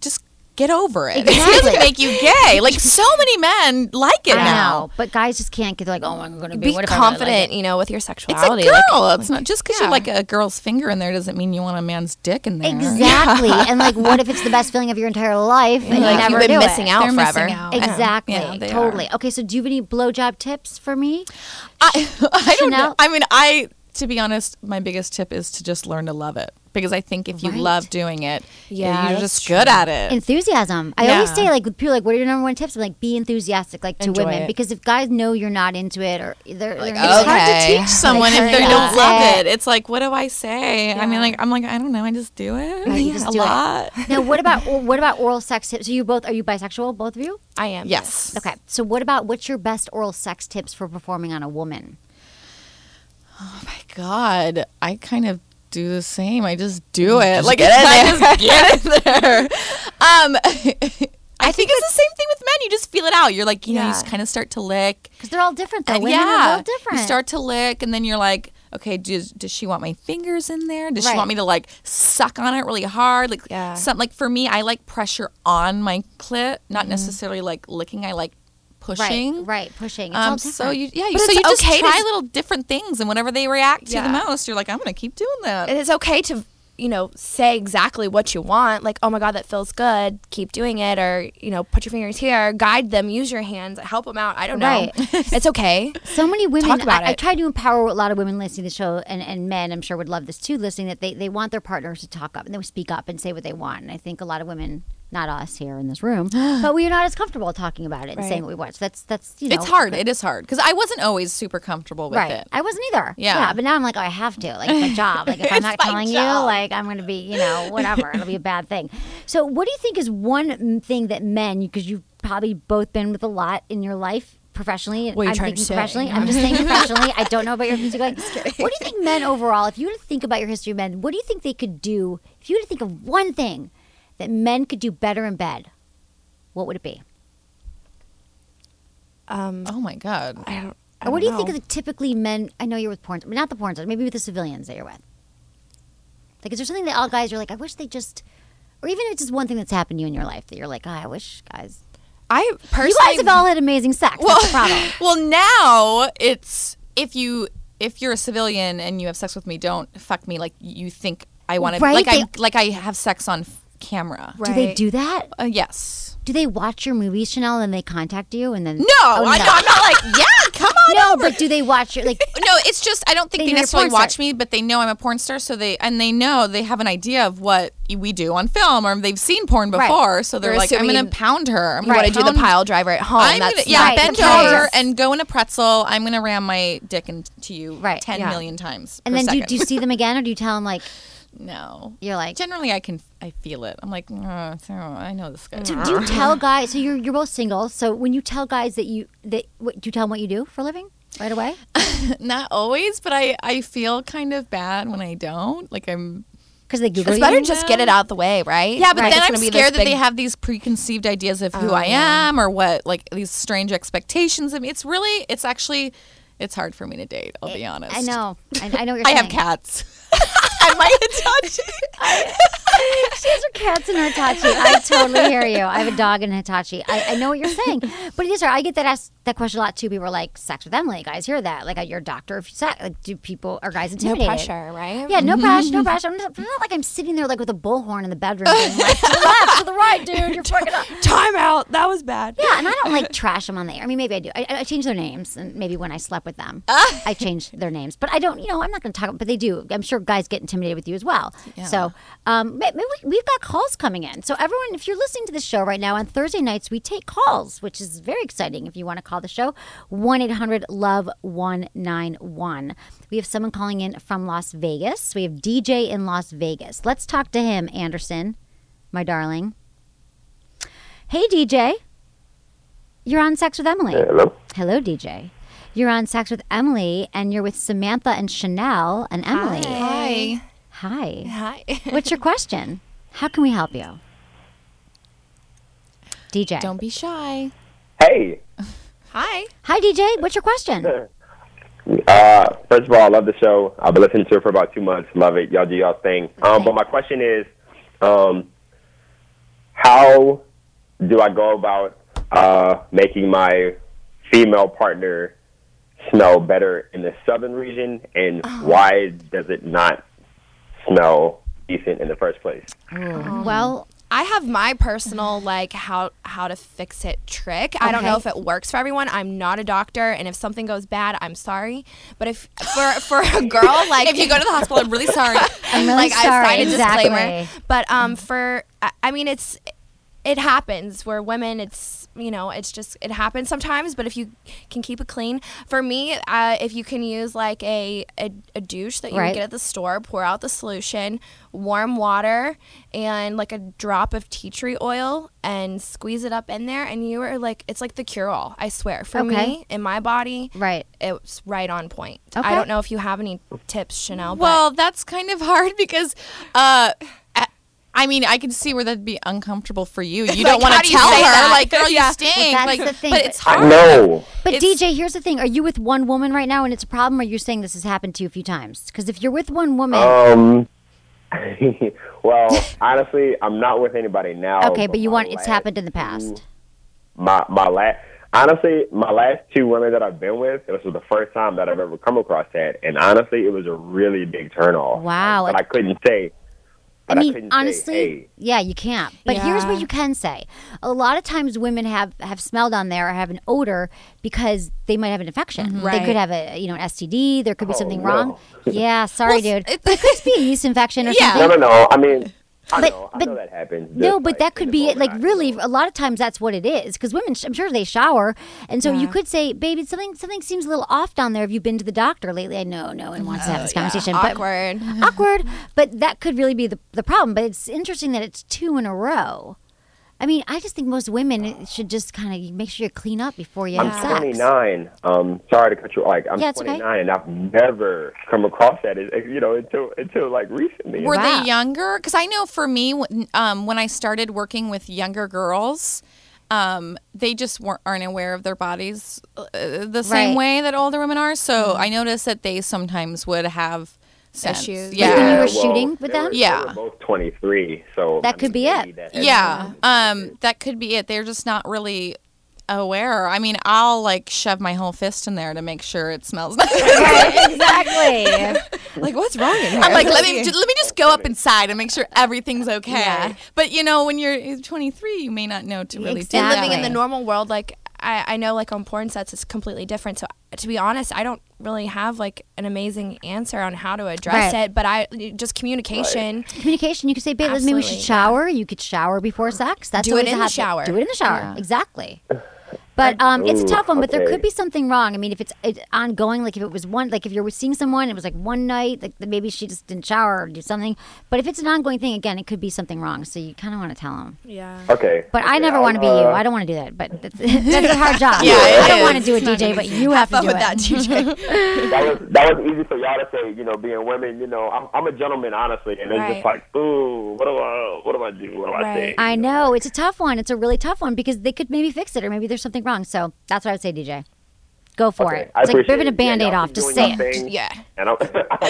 C: Just get over it. It
A: Exactly.
C: doesn't make you gay. Like so many men like it
A: I
C: now.
A: know, but guys just can't get. They're like, oh, I'm going to be,
D: be
A: what if I really like
D: confident,
A: it?
D: you know, with your
C: It's a girl.
D: sexuality. Like,
C: it's not just because you like a girl's finger in there doesn't mean you want a man's dick in there.
A: Exactly. and like, what if it's the best feeling of your entire life and you
D: like
A: never
D: you've
A: knew
D: been missing
A: it?
D: out
C: They're missing
D: forever.
C: out.
A: Exactly.
C: Yeah, they
A: totally. Okay, so do you have any blowjob tips for me?
C: I, I don't
A: Chanel?
C: know. I mean, I to be honest, my biggest tip is to just learn to love it because I think if you
A: Right.
C: love doing it,
D: Yeah,
C: you're
D: that's
C: just good at it.
A: Enthusiasm. I always
C: Yeah.
A: say like with people like, what are your number one tips? I'm like, be enthusiastic, like to
D: Enjoy
A: women,
D: it.
A: because if guys know you're not into it or they're like,
C: It's hard to
D: Okay.
C: teach someone if
D: Like,
C: they
D: yeah.
C: don't love
A: Yeah.
C: it. It's like, what do I say? I mean, like, I'm like, I don't know. I just do it
A: Right, you
C: Yeah,
A: just
C: a
A: do it.
C: lot.
A: Now, what about what about oral sex tips? So you both are you bisexual, both of you?
D: I am.
C: Yes.
A: Okay. So what about what's your best oral sex tips for performing on a woman?
C: Oh My God, I kind of do the same. I just do it. like, it's I just get in there. Um, I, think, it's the same thing with men. You just feel it out. You're like, you know, you
D: Yeah.
C: just kind of start to lick.
A: Because they're all different. Though.
C: And
A: Women are all different.
C: You start to lick, and then you're like, okay, does, does she want my fingers in there? Does
A: Right.
C: she want me to like suck on it really hard? Like
D: Yeah.
C: some like for me, I like pressure on my clit,
D: Mm-hmm.
C: not necessarily like licking. I like pushing.
A: Right, right, pushing. It's all
C: Um, so
A: different.
C: you, yeah, you,
D: But
C: so
D: it's
C: you just
D: okay to
C: try
D: s-
C: little different things, and whenever they react to
D: Yeah.
C: the most, you're like, I'm gonna keep doing that.
D: And it's okay to you know say exactly what you want like oh my god that feels good keep doing it or you know put your fingers here guide them use your hands help them out i don't know
A: Right.
D: it's okay
A: so many women
D: Talk about
A: I, I
D: it.
A: try to empower a lot of women listening to the show and, and men i'm sure would love this too listening that they, they want their partners to talk up and they would speak up and say what they want and i think a lot of women not us here in this room but we're not as comfortable talking about it and saying what we want so that's that's you know
C: it's hard. It is hard because I wasn't always super comfortable with
A: right
C: it.
A: i wasn't either
C: Yeah.
A: but now i'm like oh i have to like it's my job like if i'm not telling you like i'm gonna be you know whatever it'll be a bad thing so what do you think is one m- thing that men because you've probably both been with a lot in your life professionally
D: are you
A: i'm
D: trying to
A: thinking
D: say?
A: professionally i'm just saying professionally i don't know about your music like, what do you think men overall if you were to think about your history of men what do you think they could do if you were to think of one thing that men could do better in bed what would it be
D: um
C: Oh my god.
D: i don't I
A: or what do
D: don't
A: you think
D: know.
A: of the typically men? I know you're with porn, not the porn stars, maybe with the civilians that you're with. Like, is there something that all guys are like, I wish they just, or even if it's just one thing that's happened to you in your life that you're like, "Ah, I wish guys.
D: I personally
A: You guys have all had amazing sex. that's the problem.
C: well, now it's if you if you're a civilian and you have sex with me, don't fuck me like you think I want
A: Right,
C: Like I
A: they-
C: like I have sex on f- camera.
A: Do they
D: Right.
A: do that?
C: Uh, yes.
A: Do they watch your movie, Chanel, and they contact you and then? Oh,
C: No, Oh, I, no, I'm not like yeah. Come on.
A: No, but do they watch your like?
C: No, it's just I don't think
A: They
C: they,
A: know you're a
C: necessarily
A: porn
C: watch
A: star.
C: me, but they know I'm a porn star, so they and they know they have an idea of what we do on film, or they've seen porn
A: Right.
C: before, so they're
D: They're
C: like, I'm gonna
D: assuming
C: pound her. I'm
D: you want to do the
C: pound-
D: pile driver at home
C: I'm
D: that's
C: gonna, yeah,
A: Right,
C: bend
A: the pile
C: over
A: driver.
C: and go in a pretzel. I'm gonna ram my dick into you
A: Right,
C: right, ten
A: yeah.
C: million times.
A: And
C: per
A: then do,
C: second.
A: do you see them again, or do you tell them like
C: no.
A: you're like?
C: Generally, I can I feel it. I'm like, oh, so I know this guy.
A: Do, do you tell guys? So you're you're both single. So when you tell guys that you that what, do you tell them what you do for a living right away?
C: Not always, but I I feel kind of bad when I don't. Like I'm.
A: Because they Google
D: it's
A: you.
D: better just get it out the way right
C: Yeah, but
D: Like,
C: then
D: it's
C: I'm
D: gonna be this
C: scared that
D: big-
C: they have these preconceived ideas of who I am or what like these strange expectations. I mean, it's really it's actually it's hard for me to date. I'll be honest.
A: I know. I, I know what you're
C: I
A: saying.
C: have cats. I might have
A: She has her cats in Hitachi. I totally hear you. I have a dog in Hitachi. I, I know what you're saying. But it is hard. I get that asked that question a lot too. People are like, sex with Emily. Guys hear that. Like, uh, you're a doctor of sex. Like, do people, are guys
D: no
A: intimidated?
D: pressure right
A: Yeah, no pressure, no pressure. I'm not, I'm not like I'm sitting there like with a bullhorn in the bedroom. Being like, to the left, to the right, dude. You're fucking up.
D: time out that was bad
A: Yeah, and I don't like trash them on the air. I mean, maybe I do. I, I change their names, and maybe when I slept with them, I changed their names. But I don't, you know, I'm not going to talk. But they do. I'm sure guys get intimidated with you as well. So um, may- maybe we, we've got calls coming in. So everyone, if you're listening to the show right now on Thursday nights, we take calls, which is very exciting. If you want to call the show, one eight hundred love one nine one. We have someone calling in from Las Vegas. We have DJ in Las Vegas. Let's talk to him, Anderson, my darling. Hey, DJ. You're on Sex with Emily.
B: Hello?
A: Hello, DJ. You're on Sex with Emily, and you're with Samantha and Chanel and Emily.
C: Hi.
A: Hi.
D: hi
A: What's your question? How can we help you? DJ.
C: Don't be shy.
B: Hey,
D: hi
A: Hi, DJ. What's your question?
B: uh, first of all, I love the show. I've been listening to it for about two months. Love it. Y'all do y'all thing. Um, but my question is, um, how do I go about uh, making my female partner smell better in the southern region, and
A: Uh-huh.
B: why does it not smell decent in the first place?
C: Um,
A: Well,
D: I have my personal like how how to fix it trick. I don't know if
A: Okay.
D: it works for everyone. I'm not a doctor, and if something goes bad, I'm sorry. But if for for a girl like
C: If you go to the hospital, I'm really sorry.
A: I'm really
D: like
A: sorry.
D: I signed a
A: exactly.
D: disclaimer. But um for I, I mean it's it happens where women it's you know it's just it happens sometimes but if you can keep it clean for me uh, if you can use like a a, a douche that you
A: Right.
D: would get at the store pour out the solution warm water and like a drop of tea tree oil and squeeze it up in there and you are like it's like the cure all i swear for
A: Okay.
D: me in my body
A: Right.
D: it's right on point
A: Okay.
D: i don't know if you have any tips chanel but
C: Well, that's kind of hard because uh, a- I mean, I can see where that'd be uncomfortable for you. You
D: Like,
C: don't want
D: how
C: to
D: do you
C: tell
D: say
C: her,
D: that?
C: like, girl,
D: Yeah.
C: you
D: Well,
C: stink.
A: that's
C: like,
A: the thing,
C: but
A: but-
C: it's hard.
E: No.
A: But
C: It's-
A: DJ, here's the thing: Are you with one woman right now, and it's a problem? Or are you saying this has happened to you a few times? Because if you're with one woman,
F: Um. well, honestly, I'm not with anybody now.
A: okay, but you
F: my
A: want it's
F: last
A: happened in the past.
F: My my last. Honestly, my last two women that I've been with, this was the first time that I've ever come across that, and honestly, it was a really big turnoff. Um,
A: Wow.
F: But I couldn't say.
A: I
F: but I
A: mean,
F: couldn't say,
A: honestly,
F: hey.
A: yeah, you can't. But here's
C: Yeah.
A: what you can say: A lot of times, women have have smelled on there or have an odor because they might have an infection. They
C: Mm-hmm. Right.
A: could have a you know an STD. There could be something
F: Oh, no.
A: wrong. Yeah, sorry,
C: Well,
A: dude.
C: it's-
A: It could just be a yeast infection or
C: Yeah.
A: something.
F: No, no, no. I mean, I
A: uh, But-
F: know,
A: but-
F: I know that happens.
A: No,
F: Just,
A: but
F: like,
A: that
F: in
A: could
F: the
A: be it.
F: moment,
A: Like
F: I-
A: really, a lot of times that's what it is. Because women, sh- I'm sure they shower, and so you could say, "Baby, something something seems a little off down there. Have you been to the doctor lately?" I know no one wants to
C: Uh,
A: have this conversation.
D: Awkward.
A: But, awkward. But that could really be the the problem. But it's interesting that it's two in a row. I mean, I just think most women should just kind of make sure you clean up before you have
F: I'm
A: sex.
F: 29. Um, sorry to cut you. Like I'm
A: Yeah, it's okay.
F: 29, and I've never come across that. It, you know, until until like recently.
C: Were
A: Wow.
C: they younger? Because I know for me, when- um, when I started working with younger girls, um, they just weren't aren't aware of their bodies uh, the same
A: Right.
C: way that older women are. So
D: Mm-hmm.
C: I noticed that they sometimes would have sense.
D: Issues.
A: Like when you
C: Yeah.
A: were
F: Yeah, well,
A: shooting with
F: they
A: them.
F: were-
C: Yeah.
F: They were both 23, so
A: That
F: I
A: could
F: mean,
A: be it.
F: maybe that has
C: Yeah.
F: something to do with
C: Um, that could be it. They're just not really aware. I mean, I'll like shove my whole fist in there to make sure it smells nice.
A: exactly.
D: Like, what's wrong in here?
C: I'm like, let me ju- let me just go up inside and make sure everything's okay. But you know, when you're 23, you may not know to really
D: and
A: Exactly.
C: do
D: living in the
A: Exactly.
D: normal world, like I, I know, like on porn sets, it's completely different. So to be honest, I don't really have like an amazing answer on how to address
A: Right.
D: it. But I just communication.
A: communication. You could say, babe, let's- maybe we should
D: Absolutely,
A: shower. You could shower before sex. That's
D: Do it
A: always a
D: in the
A: hot thing.
D: shower.
A: Do it in the shower. Exactly. But um, it's a
F: Ooh,
A: tough one. But there could
F: okay.
A: be something wrong. I mean, if it's, it's ongoing, like if it was one, like if you're seeing someone, it was like one night, like then maybe she just didn't shower or do something. But if it's an ongoing thing, again, it could be something wrong. So you kind of want to tell them.
D: Yeah.
F: it. Okay.
A: But I
F: okay,
A: never
F: I'll,
A: want to be you.
F: uh,
A: I don't want to do that. But that's, that's a hard job.
C: Yeah,
A: I
C: it
A: don't
C: is.
A: want to do it,
C: It's not
A: DJ.
C: an
A: But
C: easy-
A: you have to
C: fun
A: do
C: with
A: it.
C: that, DJ.
F: that was that was easy for y'all to say. You know, being women. You know, I'm, I'm a gentleman, honestly, and it's
D: Right.
F: just like, ooh, what do I, what do I do? What do I say?
D: Right.
A: I know it's a tough one. It's a really tough one because they could maybe fix it, or maybe there's something wrong. So that's what I would say, DJ. Go for
F: Okay,
A: it.
F: I
A: It's like
F: appreciate
A: ripping a
F: it. Yeah,
A: band-aid
F: y'all
A: off.
F: keep
A: Just say
F: doing y'all
A: it.
F: thing.
D: Yeah.
F: And I'm,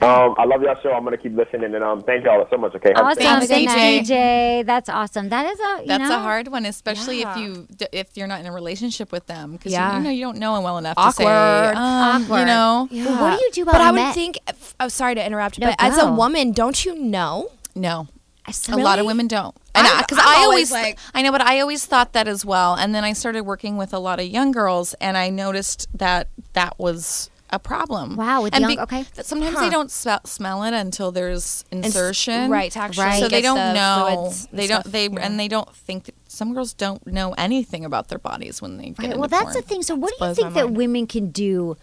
F: um, I love y'all show. I'm gonna keep listening, and um, thank y'all so much. Okay. Have a safe
A: Awesome,
C: Thanks,
A: thanks,
C: DJ.
A: DJ. That's awesome. That is a you
C: That's
A: know,
C: a hard one, especially
D: Yeah.
C: if you d- if you're not in a relationship with them, because
D: Yeah.
C: you, know you don't know them well enough. To say,
D: Awkward.
C: um, You know,
A: Well, what do you do about
D: But I would
A: men?
D: think. Oh, sorry to interrupt.
A: No,
D: but as a
A: go.
D: woman, don't you know?
C: no.
A: I s-
C: A lot
A: really?
C: of women don't.
D: I'm-
C: Because
D: I'm
C: I,
D: always
C: always,
D: like-
C: I know, but I always thought that as well. And then I started working with a lot of young girls, and I noticed that that was a problem.
A: Wow, with
C: and
A: young- okay.
C: That sometimes they don't smell, smell it until there's
D: It's-
C: insertion,
D: Right. to Actually.
A: Right.
C: So they
D: get
C: don't
D: the
C: know.
D: fluids and
C: They don't.
D: stuff.
C: They
D: Yeah.
C: and they don't think. That, some girls don't know anything about their bodies when they get
A: Right,
C: into
A: well, that's
C: porn.
A: the thing. So, what do you
C: blows
A: think
C: my
A: that
C: mind.
A: women can do?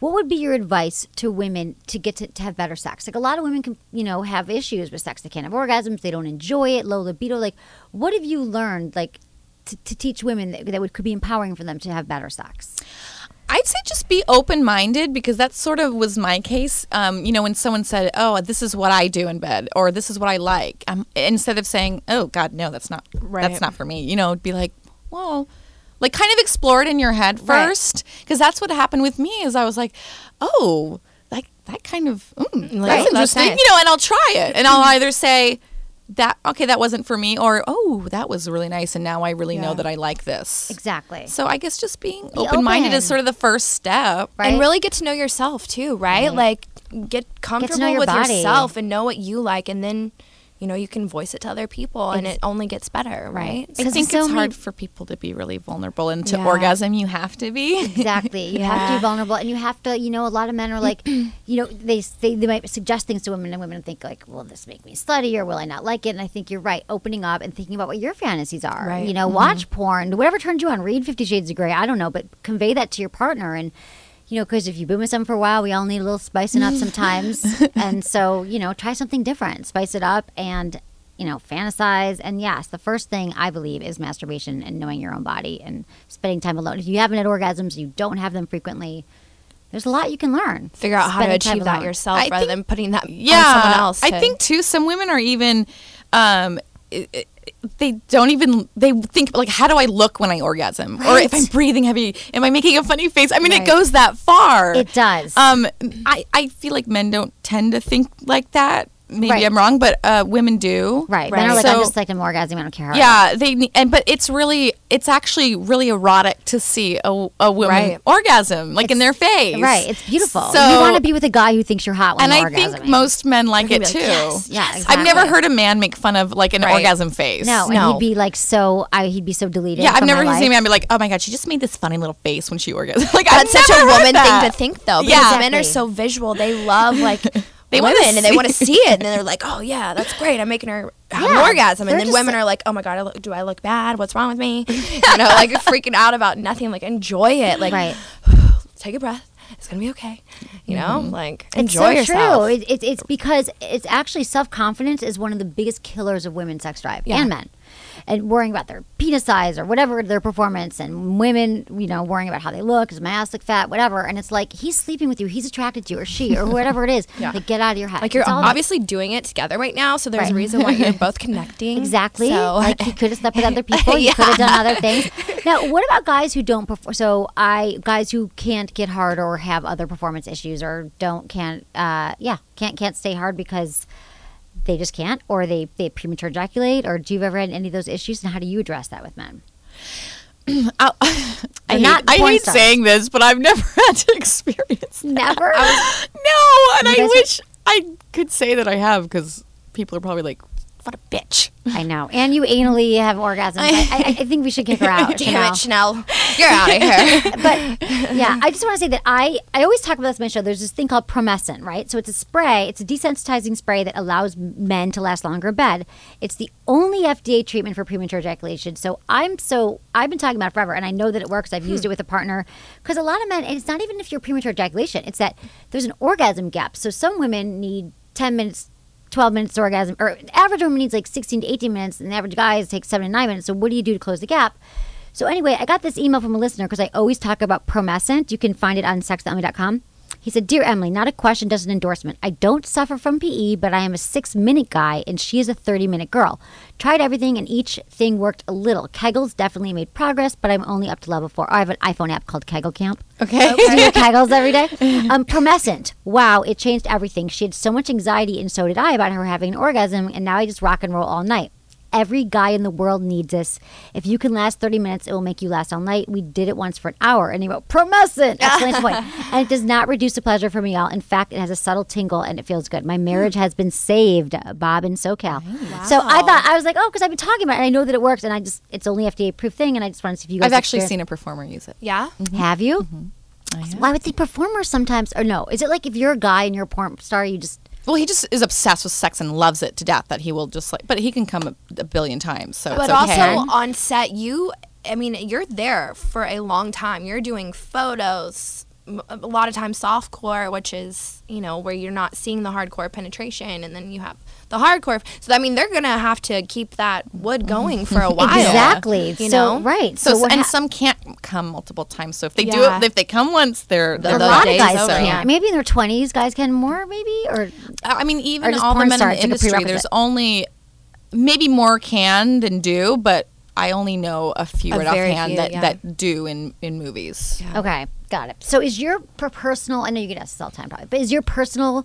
A: What would be your advice to women to get to, to have better sex? Like a lot of women can, you know, have issues with sex. They can't have orgasms. They don't enjoy it. Low libido. Like, what have you learned? Like. To, to teach women that, that would could be empowering for them to have better sex.
C: I'd say just be open minded because that sort of was my case. Um, you know, when someone said, "Oh, this is what I do in bed," or "This is what I like," um, instead of saying, "Oh God, no, that's not that's not for me," you know, be like, "Well." Like kind of explore it in your head
A: Right.
C: first, because that's what happened with me. Is I was like, oh, like that kind of mm, that's
D: that's
C: interesting,
D: nice.
C: you know. And I'll try it, and I'll either say that okay, that wasn't for me, or oh, that was really nice, and now I really know that I like this.
A: Exactly.
C: So I guess just being open minded
A: open.
C: is sort of the first step.
A: Right?
D: and really get to know yourself too, right? Like get comfortable
A: your
D: with
A: body.
D: yourself and know what you like, and then you know you can voice it to other people, and it only gets better, right?
C: I
A: Because
C: think
A: so
C: it's
A: many-
C: hard for people to be really vulnerable and to
D: Yeah.
C: orgasm you have to be.
A: Exactly. You have to be vulnerable, and you have to. You know, a lot of men are like, you know, they they, they might suggest things to women, and women think like, "Will this make me slutty, or will I not like it?" And I think you're right. Opening up and thinking about what your fantasies are.
D: Right. Mm-hmm.
A: You know, watch porn, whatever turns you on. Read Fifty Shades of Grey. I don't know, but convey that to your partner and. You know, because if you've been with someone for a while, we all need a little spicing up sometimes. and so, you know, try something different, spice it up, and you know, fantasize. And yes, the first thing I believe is masturbation and knowing your own body and spending time alone. If you haven't had orgasms, you don't have them frequently. there's a lot you can learn.
D: Figure out how to
A: Spending time
D: achieve that
A: alone.
D: yourself
C: I
D: rather
C: think-
D: than putting that
C: yeah,
D: on someone else.
C: I
D: to-
C: think too. Some women are even. Um, i- i- they don't even they think like how do i look when i orgasm or if i'm
A: Right.
C: breathing heavy am i making a funny face i mean
D: Right.
C: it goes that far
A: It does.
C: um i i feel like men don't tend to think like that maybe
A: Right.
C: i'm wrong but uh women do
A: right. Then
D: Right.
A: are like, I'm
C: So-
A: just like an orgasm. I don't care. How I look."
C: yeah they ne- and but it's really it's actually really erotic to see a, a woman
D: Right.
C: orgasm like in their face
A: Right. It's beautiful.
C: So-
A: you want to be with a guy who thinks you're hot when
C: and
A: you're
C: I think
A: orgasming.
C: most men like it
D: be like,
C: too.
D: "Yes,
A: Yeah,
C: I've never
A: exactly.
C: heard a man make fun of like an
D: Right.
C: orgasm face.
A: no, and
D: No.
A: he'd be like so. I he'd be so deleted.
C: Yeah, I've
A: from my
C: never seen a
A: life.
C: man be like, "Oh my god, she just made this funny little face when she orgasms." Like
D: that's
C: I've
D: such
C: never
D: a
C: heard
D: woman
C: that.
D: thing to think though. Because
C: Yeah.
D: men are so visual. They love like
C: They wanna
D: women and they
C: see-
D: want to see it. And then they're like, oh yeah, that's great. I'm making her have an
A: Yeah.
D: orgasm.
A: They're
D: And then
A: just-
D: women are like, oh my god, I look, do I look bad? What's wrong with me? You know, like freaking out about nothing. Like enjoy it. Like
A: Right.
D: take a breath. It's gonna be okay. You know, like
A: It's
D: enjoy
A: so
D: yourself.
A: True. It, it, it's because it's actually self confidence is one of the biggest killers of women's sex drive and men, and worrying about their penis size or whatever their performance, and women, you know, worrying about how they look, does my ass look fat, whatever. And it's like he's sleeping with you, he's attracted to you, or she, or whatever it is. Like get out of your head.
D: Like you're
A: It's all-
D: obviously doing it together right now, so there's
A: Right.
D: a reason why you're both connecting.
A: Exactly.
D: So
A: Like he could have slept with other people. He
D: Yeah.
A: could have done other things. Now, what about guys who don't perform? So, I guys who can't get hard or have other performance issues or don't can't uh, yeah can't can't stay hard because they just can't or they they premature ejaculate or do you ever had any of those issues and how do you address that with men?
C: I hate,
A: They're not
C: I
A: porn
C: hate
A: stars.
C: saying this, but I've never had to experience. That.
A: Never.
C: No, and
A: You
C: I
A: guys-
C: wish I could say that I have because people are probably like, "What a bitch."
A: I know. And you anally have orgasms. I, I, I think we should kick her out.
D: damn
A: Chanel.
D: it, Chanel, you're out of here.
A: but yeah, I just want to say that I I always talk about this on my show. There's this thing called promescent, right? So it's a spray. It's a desensitizing spray that allows men to last longer in bed. It's the only FDA treatment for premature ejaculation. So I'm so I've been talking about it forever, and I know that it works. I've used it with a partner because a lot of men. And it's not even if you're premature ejaculation. It's that there's an orgasm gap. So some women need 10 minutes 12 minutes to orgasm, or the average woman needs like 16 to 18 minutes, and the average guy takes seven to nine minutes. So, what do you do to close the gap? So, anyway, I got this email from a listener because I always talk about Promescent. You can find it on sexwithemily.com. He said, Dear Emily, not a question, just an endorsement. I don't suffer from PE, but I am a six minute guy, and she is a 30 minute girl. Tried everything, and each thing worked a little. Kegels definitely made progress, but I'm only up to level four. I have an iPhone app called Kegel Camp.
C: Okay.
A: Do you do Kegels every day? Um, promescent. Wow, it changed everything. She had so much anxiety, and so did I, about her having an orgasm, and now I just rock and roll all night. Every guy in the world needs this. If you can last 30 minutes, it will make you last all night. We did it once for an hour. And he wrote, Promescent! Exclamation point. And it does not reduce the pleasure for me, y'all. In fact, it has a subtle tingle and it feels good. My marriage
C: Hmm.
A: has been saved, Bob in SoCal. So I thought, I was like, oh, because I've been talking about it and I know that it works. And I just, it's only FDA proof thing. And I just wanted to see if you guys
C: I've actually
A: experienced-
C: seen a performer use it.
D: Yeah.
A: have you?
C: Mm-hmm. Oh,
A: Well, I would think performers sometimes, or no, is it like if you're a guy and you're a porn star, you just
C: Well, he just is obsessed with sex and loves it to death. That he will just like, but he can come a, a billion times. So,
D: But
C: it's okay.
D: also on set, you, I mean, you're there for a long time. You're doing photos, m- a lot of times softcore, which is, you know, where you're not seeing the hardcore penetration, and then you have the hardcore. So, I mean, they're going to have to keep that wood going for a while.
A: exactly.
D: You
A: so
D: know?
A: right.
C: So,
A: So, what
C: and
A: hap-
C: some can't come multiple times. So if they
D: Yeah.
C: do, if they come once, they're
A: a
C: they're
D: the
A: lot of
D: days
A: guys
D: over,
C: over.
A: can't.
D: yeah.
A: Maybe in their twenties, guys can more. Maybe or
C: I mean, even
A: just
C: all the
A: porn
C: men
A: stars,
C: in
A: like
C: the
A: a
C: industry, there's
A: prerequisite.
C: only maybe more can than do, but I only know a few
D: A
C: right
D: very
C: offhand
D: few,
C: that,
D: yeah.
C: that do in, in movies.
A: okay, got it. So is your per- personal? I know you get asked this all the time, probably, but is your personal?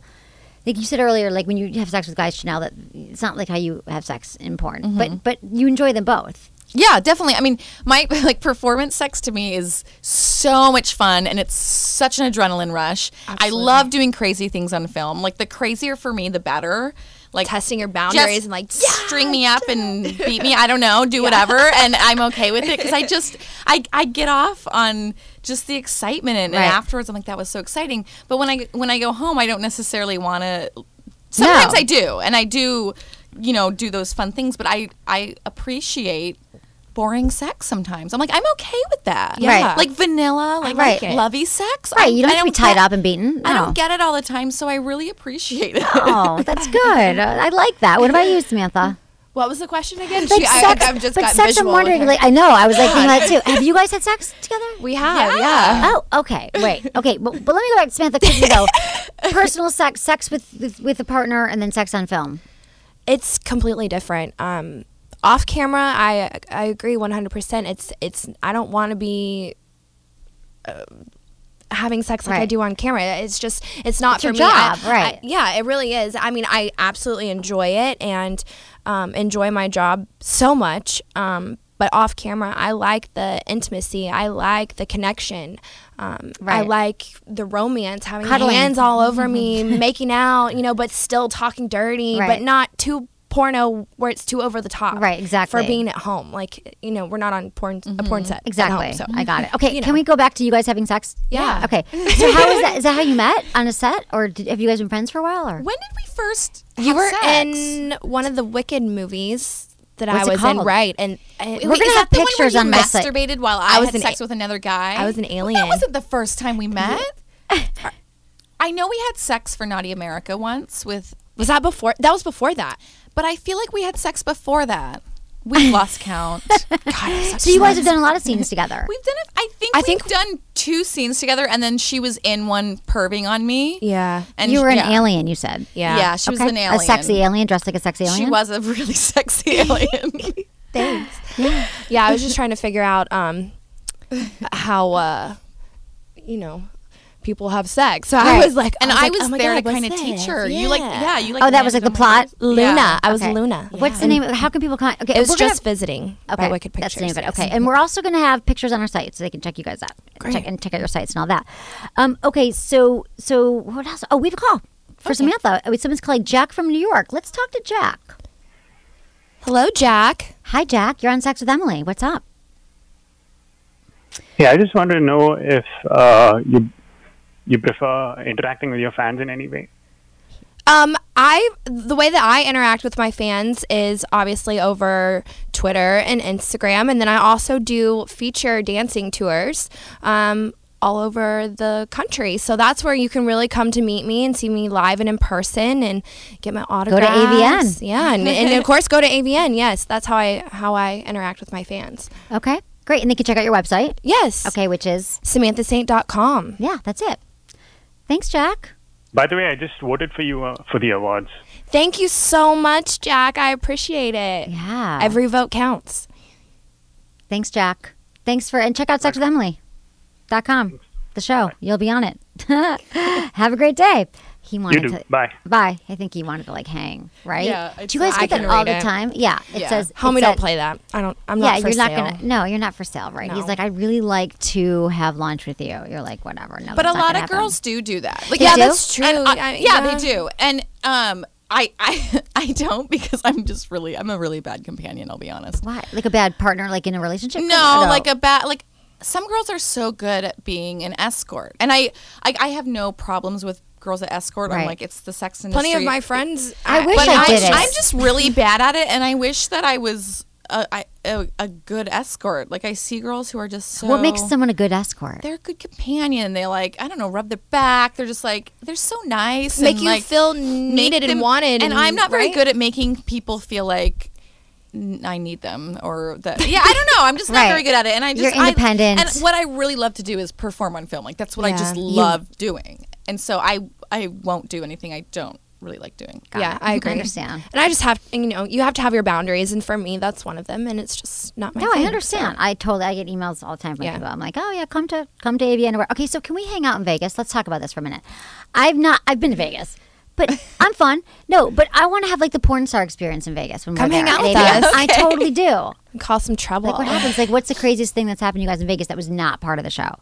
A: Like you said earlier, like when you have sex with guys, Chanel, that it's not like how you have sex in porn,
C: Mm-hmm.
A: but but you enjoy them both.
C: Yeah, definitely. I mean, my like performance sex to me is so much fun and it's such an adrenaline rush. I love doing crazy things on film. Like the crazier for me, the better. Like
D: Testing your
C: just
D: boundaries and like,
C: string me up and beat me. I don't know, do whatever, and I'm okay with it because I just I I get off on just the excitement and,
A: Right.
C: and afterwards I'm like that was so exciting. But when I when I go home, I don't necessarily want to sometimes
A: No.
C: I do, and I do, you know, do those fun things. But I I appreciate boring sex sometimes. I'm like I'm okay with that.
A: Yeah. Right.
C: Like vanilla, like,
A: like it.
C: lovey sex.
A: Right,
C: I-
A: you don't
C: I
A: have to be tied
C: get-
A: up and beaten.
C: I
A: No.
C: don't get it all the time, so I really appreciate it.
A: Oh, that's good. I like that. What about you, Samantha?
C: What was the question again?
A: But
C: She- I,
A: sex,
C: have just
A: but
C: got
A: sex
C: visual
A: I'm wondering.
C: with her.
A: Like, I know. I was like thinking that too. Have you guys had sex together?
D: We have, yeah.
A: Oh, okay. Wait. Okay. But, but let me go back to Samantha quickly though. Personal sex, sex with, with with a partner, and then sex on film.
D: It's completely different. Um, off camera, I I agree 100%. It's it's I don't want to be uh, having sex like I
A: Right.
D: do on camera. It's just it's not
A: your
D: for me. I-
A: job, right.
D: I- yeah, it really is. I mean, I absolutely enjoy it and um, enjoy my job so much. Um, but off camera, I like the intimacy. I like the connection. Um, I
A: Right.
D: like the romance, having
A: Cuddling.
D: hands all
A: Mm-hmm.
D: over me, making out, you know, but still talking dirty,
A: Right.
D: but not too porno where it's too over the top.
A: Right, exactly. Mm-hmm.
D: For being at home, like you know, we're not on porn a porn set. at
A: Exactly.
D: home, so.
A: I got it. Okay.
D: You
A: Can we go back to you guys having sex?
D: Yeah.
A: Okay. So how is that? Is that how you met on a set, or did, have you guys been friends for a while? Or
C: when did we first?
D: You
C: have
D: were
C: sex?
D: in one of the Wicked movies that
A: What's it
D: I was in,
A: called?
D: right? And I,
A: We're gonna
C: is
A: have
C: that the one
A: pictures
C: where
A: on
C: you
A: my site.
C: masturbated while I,
D: was
C: had
D: an
C: sex
D: a-
C: with another guy.
D: I was an
C: Well,
D: alien.
C: that wasn't the first time we met. I know we had sex for Naughty America once with,
D: was that before? That was before that.
C: but I feel like we had sex before that. We've lost count. God, I'm such
A: so you guys have done a lot of scenes together.
C: We've done. A, I think
D: I
C: we've
D: think-
C: done two scenes together, and then she was in one perving on me.
D: Yeah.
C: and
A: you were an
C: yeah.
A: alien. You said.
C: Yeah,
D: Yeah.
C: she was
A: Okay.
C: an alien.
A: A sexy alien dressed like a sexy alien.
C: She was a really sexy alien.
D: Thanks. Yeah. I was just trying to figure out um, how uh, you know people have sex. So I
A: Right.
D: was like,
C: and
D: I was, like,
C: there
D: oh my
C: to
D: God, what's
C: kind of
D: this?
C: teach her. You like, yeah, you like.
A: Oh, that was like the
C: landed
A: plot.
C: on my-
D: Luna.
C: Yeah.
D: I was
A: Okay.
D: Luna.
A: What's the name? of- How can people con- Okay,
D: It was
A: we're gonna
D: just visiting by
A: Okay,
D: Wicked Pictures.
A: That's the name of it.
D: yes.
A: Okay, and we're also going to have pictures on our site, so they can check you guys out, check and check out your sites and all that. Um, okay, so so what else? Oh, we have a call for Samantha. Oh, wait, Someone's calling Jack from New York. Let's talk to Jack.
D: Hello, Jack.
A: Hi, Jack. You're on Sex with Emily. What's up?
G: Yeah, I just wanted to know if uh, you you prefer interacting with your fans in any way.
D: Um, I the way that I interact with my fans is obviously over Twitter and Instagram, and then I also do feature dancing tours. Um. All over the country. So that's where you can really come to meet me and see me live and in person and get my
A: to
D: autographs.
A: AVN.
D: Yeah. And, and of course, go to AVN. Yes. That's how I how I interact with my fans.
A: Okay, great. And they can check out your website.
D: Yes.
A: Okay, which is
D: SamanthaSaint.com.
A: yeah, that's it. Thanks, Jack.
G: By the way, I just voted for you uh, for the awards.
D: Thank you so much, Jack. I appreciate it.
A: Yeah.
D: Every vote counts.
A: Thanks, Jack. Thanks for and check out Sex with Emily. dot com the show. You'll be on it. Have a great day. He wanted
G: do.
A: to
G: Bye.
A: Bye. I think he wanted to like hang, right?
C: Yeah,
A: Do you guys
C: it's-
A: get
D: I
A: that
D: can
A: all
D: read
A: the
D: it.
A: time? Yeah. It
C: Yeah.
A: says
D: Homie,
A: it
D: don't
A: said-
D: play that. I don't. I'm
A: Yeah,
D: not. for
A: you're not
D: sale.
A: gonna. No, you're not for sale, right? He's
D: No.
A: like, I'd really like to have lunch with you. You're like, whatever. No,
C: But a
A: that's not
C: lot
A: gonna
C: of
A: happen.
C: girls do do that. Like,
A: They
C: yeah,
A: do?
C: that's true. And, uh,
D: I-
C: yeah,
D: Oh, yeah.
C: they do. And um, I, I, I don't because I'm just really, I'm a really bad companion. I'll be honest.
A: Why? Like a bad partner, like in a relationship?
C: No, like a bad like some girls are so good at being an escort, and I I, I have no problems with girls at escort.
A: Right.
C: I'm like it's the sex industry.
D: Plenty of my friends. uh,
A: I wish
C: but
A: I
C: I
A: did it.
C: I'm just really bad at it, and I wish that I was a, I- a, a good escort. Like I see girls who are just so.
A: What makes someone a good escort?
C: They're a good companion. They like I don't know, rub their back. They're just like they're so nice.
D: Make
C: and,
D: you
C: like,
D: feel
C: make
D: needed
C: them-
D: and wanted.
C: And I'm not very
D: right?
C: good at making people feel like n- I need them or that. Yeah, I don't know. I'm just not
A: Right.
C: very good at it. And I just
A: You're
C: I-
A: independent.
C: and what I really love to do is perform on film. Like that's what I just
D: Yeah. You-
C: love doing. And so I I won't do anything I don't really like doing.
D: Yeah, I agree.
A: understand.
D: And I just have, you know, you have to have your boundaries, and for me, that's one of them, and it's just not my.
A: No, I
D: thing,
A: understand. I totally. I get emails all the time from
D: Yeah.
A: people. I'm like, oh yeah, come to come to AVN. Or- Okay, so can we hang out in Vegas? Let's talk about this for a minute. I've not. I've been to Vegas. But I'm fun. No, but I want to have like the porn star experience in Vegas when
D: Come
A: we're
D: hang
A: there. at
D: out with
A: AVN.
D: us.
A: I totally do.
D: So. Cause some trouble.
A: Like, what happens? Like, what's the craziest thing that's happened to you guys in Vegas that was not part of the show?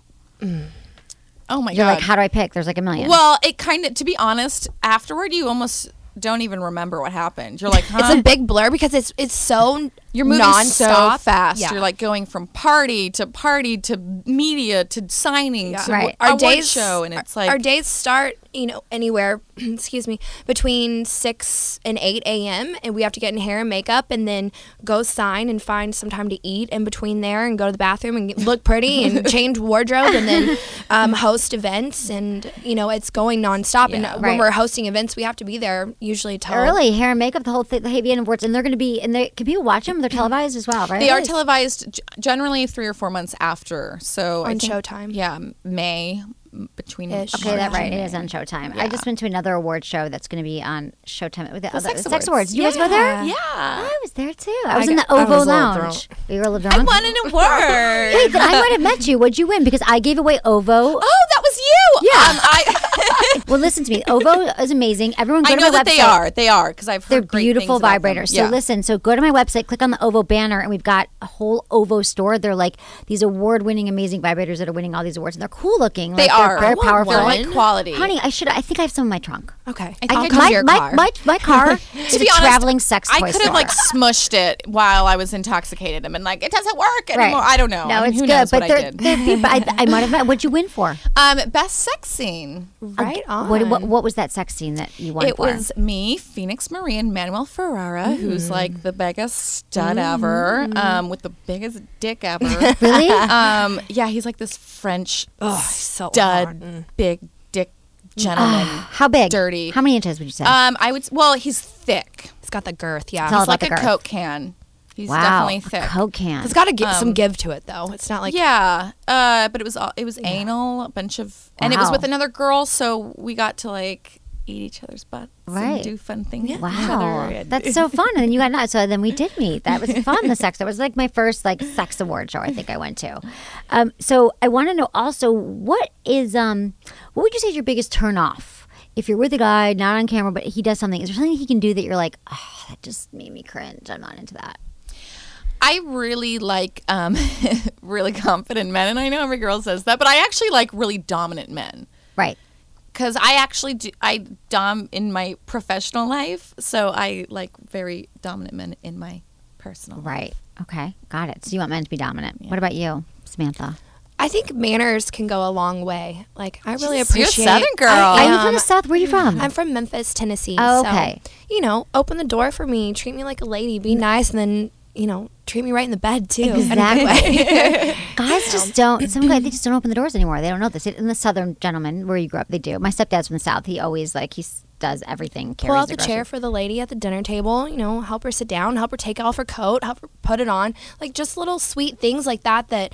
C: Oh my
A: You're
D: Uh,
C: god.
A: like, how do I pick? There's like a million.
C: well, it kind of to be honest, afterward you almost don't even remember what happened. You're like, huh?
D: It's a big blur because it's it's so
C: You're moving so
D: nonstop.
C: fast.
D: Yeah.
C: You're like going from party to party to media to signing to
D: Right.
C: our days, show, and it's
D: our-
C: like
D: our days start, you know, anywhere. excuse me, between six and eight a.m. and we have to get in hair and makeup, and then go sign and find some time to eat in between there, and go to the bathroom and get- look pretty and change wardrobe, and then um, host events, and you know, it's going nonstop. and when
A: Right.
D: we're hosting events, we have to be there usually till
A: Early hair and makeup, the whole thing, the Habian Awards, and they're going to be, and they can people watch them? They're televised as well, right?
C: They are televised g- generally three or four months after. So
D: On
C: Showtime. Yeah, m- May m- between.
A: Okay, that
C: March
A: right.
C: and
A: It
C: May.
A: is on Showtime. I
C: Yeah.
A: just went to another award show that's going to be on Showtime with the, other
C: Sex Awards.
A: You guys were there?
C: Yeah. Oh,
A: I was there too.
C: I
A: I was in
C: got-
A: the
C: I was a
A: Ovo
C: little
A: Lounge.
C: drunk.
A: You were a little drunk.
C: Won an award.
A: Wait, then I might have met you. What'd you win? Because I gave away Ovo.
C: Oh, that was you.
A: Yeah.
C: Um, I,
A: well, listen to me. Ovo is amazing. Everyone go
C: I
A: to
C: know
A: my
C: that they
A: website.
C: are. They are because I've heard
A: They're
C: great
A: beautiful
C: things about them.
A: vibrators.
C: Yeah.
A: So listen, so go to my website, click on the Ovo banner, and we've got a whole Ovo store. They're like these award-winning, amazing vibrators that are winning all these awards, and they're cool looking.
C: They
A: Like, they're
C: are. I
A: very
C: want
A: powerful.
C: one. They're high quality.
A: Honey, I should. I think I have some in my trunk.
D: Okay,
C: I think
A: I'll come-
C: it comes
A: my,
C: to your
A: my,
C: car.
A: My, my car is
C: to be
A: a
C: honest,
A: traveling sex
C: I
A: toy
C: could have
A: store.
C: like smushed it while I was intoxicated and been like, it doesn't work
A: Right.
C: anymore. I don't know. I
A: No,
C: mean,
A: it's
C: who
A: good,
C: knows
A: but
C: what
A: they're,
C: I did.
A: they're people. I, I might have met. What'd you win for?
C: Um, best sex scene.
D: Right on.
A: What, what what was that sex scene that you won
C: It
A: for? Mm.
C: was me, Phoenix Marie, and Manuel Ferrara, who's like the biggest stud ever, um, with the biggest dick ever.
A: Really? Oh,
C: um, yeah, he's like this French stud,
A: mm.
C: big dick gentleman.
A: How big?
C: Dirty.
A: How many inches would you say?
C: um, I would. s- Well, he's thick.
D: it's got the girth. Yeah,
A: Tell
C: he's
A: about
C: like
A: the
C: a
A: girth.
C: Coke can. He's
A: wow,
C: definitely thick.
A: A Coke can.
D: it's got to get some
C: Um,
D: give to it though. It's not like
C: yeah, uh, but it was all, it was anal, a bunch of, and it was
A: Wow.
C: with another girl, so we got to like eat each other's butts
A: Right.
C: and do fun things. with each
A: Wow,
C: other. And-
A: that's so fun! And then you got not so. Then we did meet. That was fun. The sex that was like my first like sex award show. I think I went to. Um, so I want to know also what is um what would you say is your biggest turn off if you're with a guy not on camera but he does something? Is there something he can do that you're like oh that just made me cringe? I'm not into that.
C: I really like um, really confident men, and I know every girl says that, but I actually like really dominant men
A: Right.
C: because I actually do I dom in my professional life, so I like very dominant men in my personal. life.
A: Right. Okay. Got it. So you want men to be dominant. What about you, Samantha?
D: I think manners can go a long way. Like I really
C: Jeez, you're a
D: appreciate.
C: Southern girl.
D: I Um,
A: Are you from
D: am.
A: the south? Where are you from?
D: I'm from Memphis, Tennessee.
A: Oh,
D: so,
A: okay.
D: you know, open the door for me, treat me like a lady,
C: Mm.
D: be nice, and then you know, treat me right in the bed too. in a good
A: Exactly.
D: way.
A: Guys just don't. Some guys they just don't open the doors anymore. They don't know this. In the southern gentlemen where you grew up, they do. My stepdad's from the south. He always like he s- does everything.
D: Pull
A: carries
D: out the
A: groceries.
D: chair for the lady at the dinner table. You know, help her sit down, help her take off her coat, help her put it on. Like just little sweet things like that. That,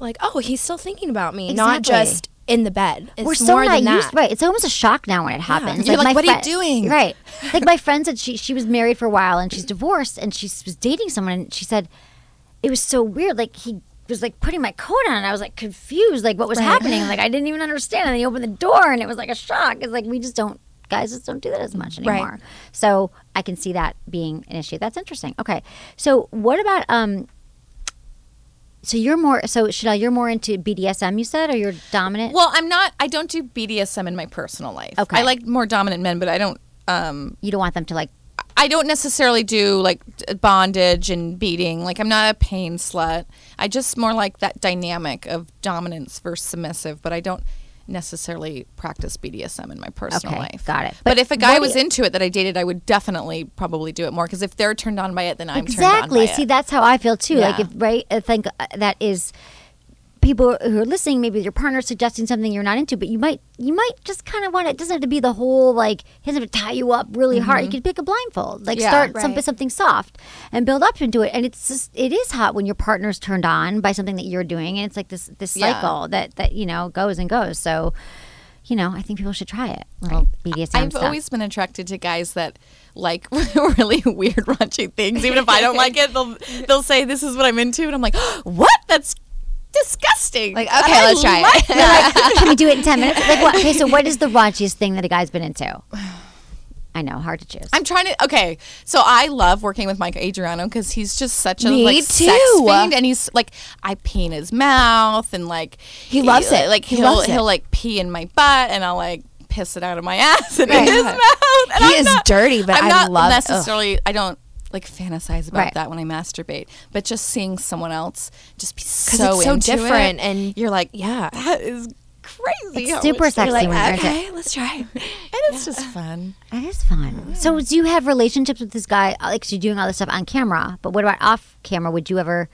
D: like, oh, he's still thinking about me, not
A: Exactly.
D: just in the bed. It's
A: We're so
D: more
A: not
D: than
A: used
D: that.
A: right. It's almost a shock now when it happens.
C: You're like,
A: my
C: "What are you doing?"
A: Right. Like my friend said, she she was married for a while and she's divorced and she was dating someone and she said it was so weird. Like he was like putting my coat on and I was like confused, like what was happening. Like I didn't even understand. And then he opened the door and it was like a shock. It's like we just don't guys just don't do that as much anymore. So I can see that being an issue. That's interesting. Okay. So what about um so you're more so Chanel, you're more into BDSM you said or you're dominant?
C: Well, I'm not. I don't do BDSM in my personal life.
A: Okay.
C: I like more dominant men, but I don't. Um,
A: you don't want them to like
C: I don't necessarily do like d- bondage and beating. Like I'm not a pain slut. I just more like that dynamic of dominance versus submissive, but I don't necessarily practice BDSM in my personal
A: Okay,
C: life.
A: got it.
C: But,
A: But
C: if a guy
A: what
C: was
A: do you-
C: into it that I dated, I would definitely probably do it more because if they're turned on by it, then I'm turned on
A: exactly
C: by
A: see
C: it.
A: that's how i feel too like
C: Yeah.
A: if right i think uh, that is people who are listening maybe your partner suggesting something you're not into but you might you might just kind of want it doesn't have to be the whole like he doesn't have to tie you up really hard you could pick a blindfold like
C: Mm-hmm. Yeah,
A: start some,
D: right.
A: something soft and build up into it and it's just it is hot when your partner's turned on by something that you're doing and it's like this this
C: Yeah.
A: cycle that that you know goes and goes so you know i think people should try it little bdsm
C: I've
A: stuff.
C: always been attracted to guys that like really weird, raunchy things. Even if I don't like it, they'll they'll say this is what I'm into, and I'm like, what? That's disgusting. Like,
D: okay, let's try it.
A: They're like, can we do it in 10 minutes? Like, what? Okay, so what is the raunchiest thing that a guy's been into? I know, hard to choose.
C: I'm trying to. Okay, so I love working with Mike Adriano because he's just such a
D: Me
C: like sex
D: too.
C: fiend, and he's like I paint his mouth, and like he
D: loves it.
C: Like
D: He
C: will
D: loves it.
C: he'll like pee in my butt, and I'll like piss it out of my ass and
D: Right.
C: in his mouth. And
D: He
C: I'm
D: is
C: not-
D: dirty, but
C: I'm
D: I
C: not
D: love- ugh.
C: necessarily. I don't. like fantasize about
D: Right.
C: that when I masturbate, but just seeing someone else just be
D: 'Cause
C: so
D: it's so
C: into it,
D: different and
C: you're like, yeah, that is crazy.
A: It's
C: how
A: super
C: much-
A: sexy
C: you're like,
A: when they're into it.
C: okay, let's try, it." and it's just fun.
A: That is fun. So, do you have relationships with this guy? Uh, Like, 'cause you're doing all this stuff on camera, but what about off camera? Would you ever,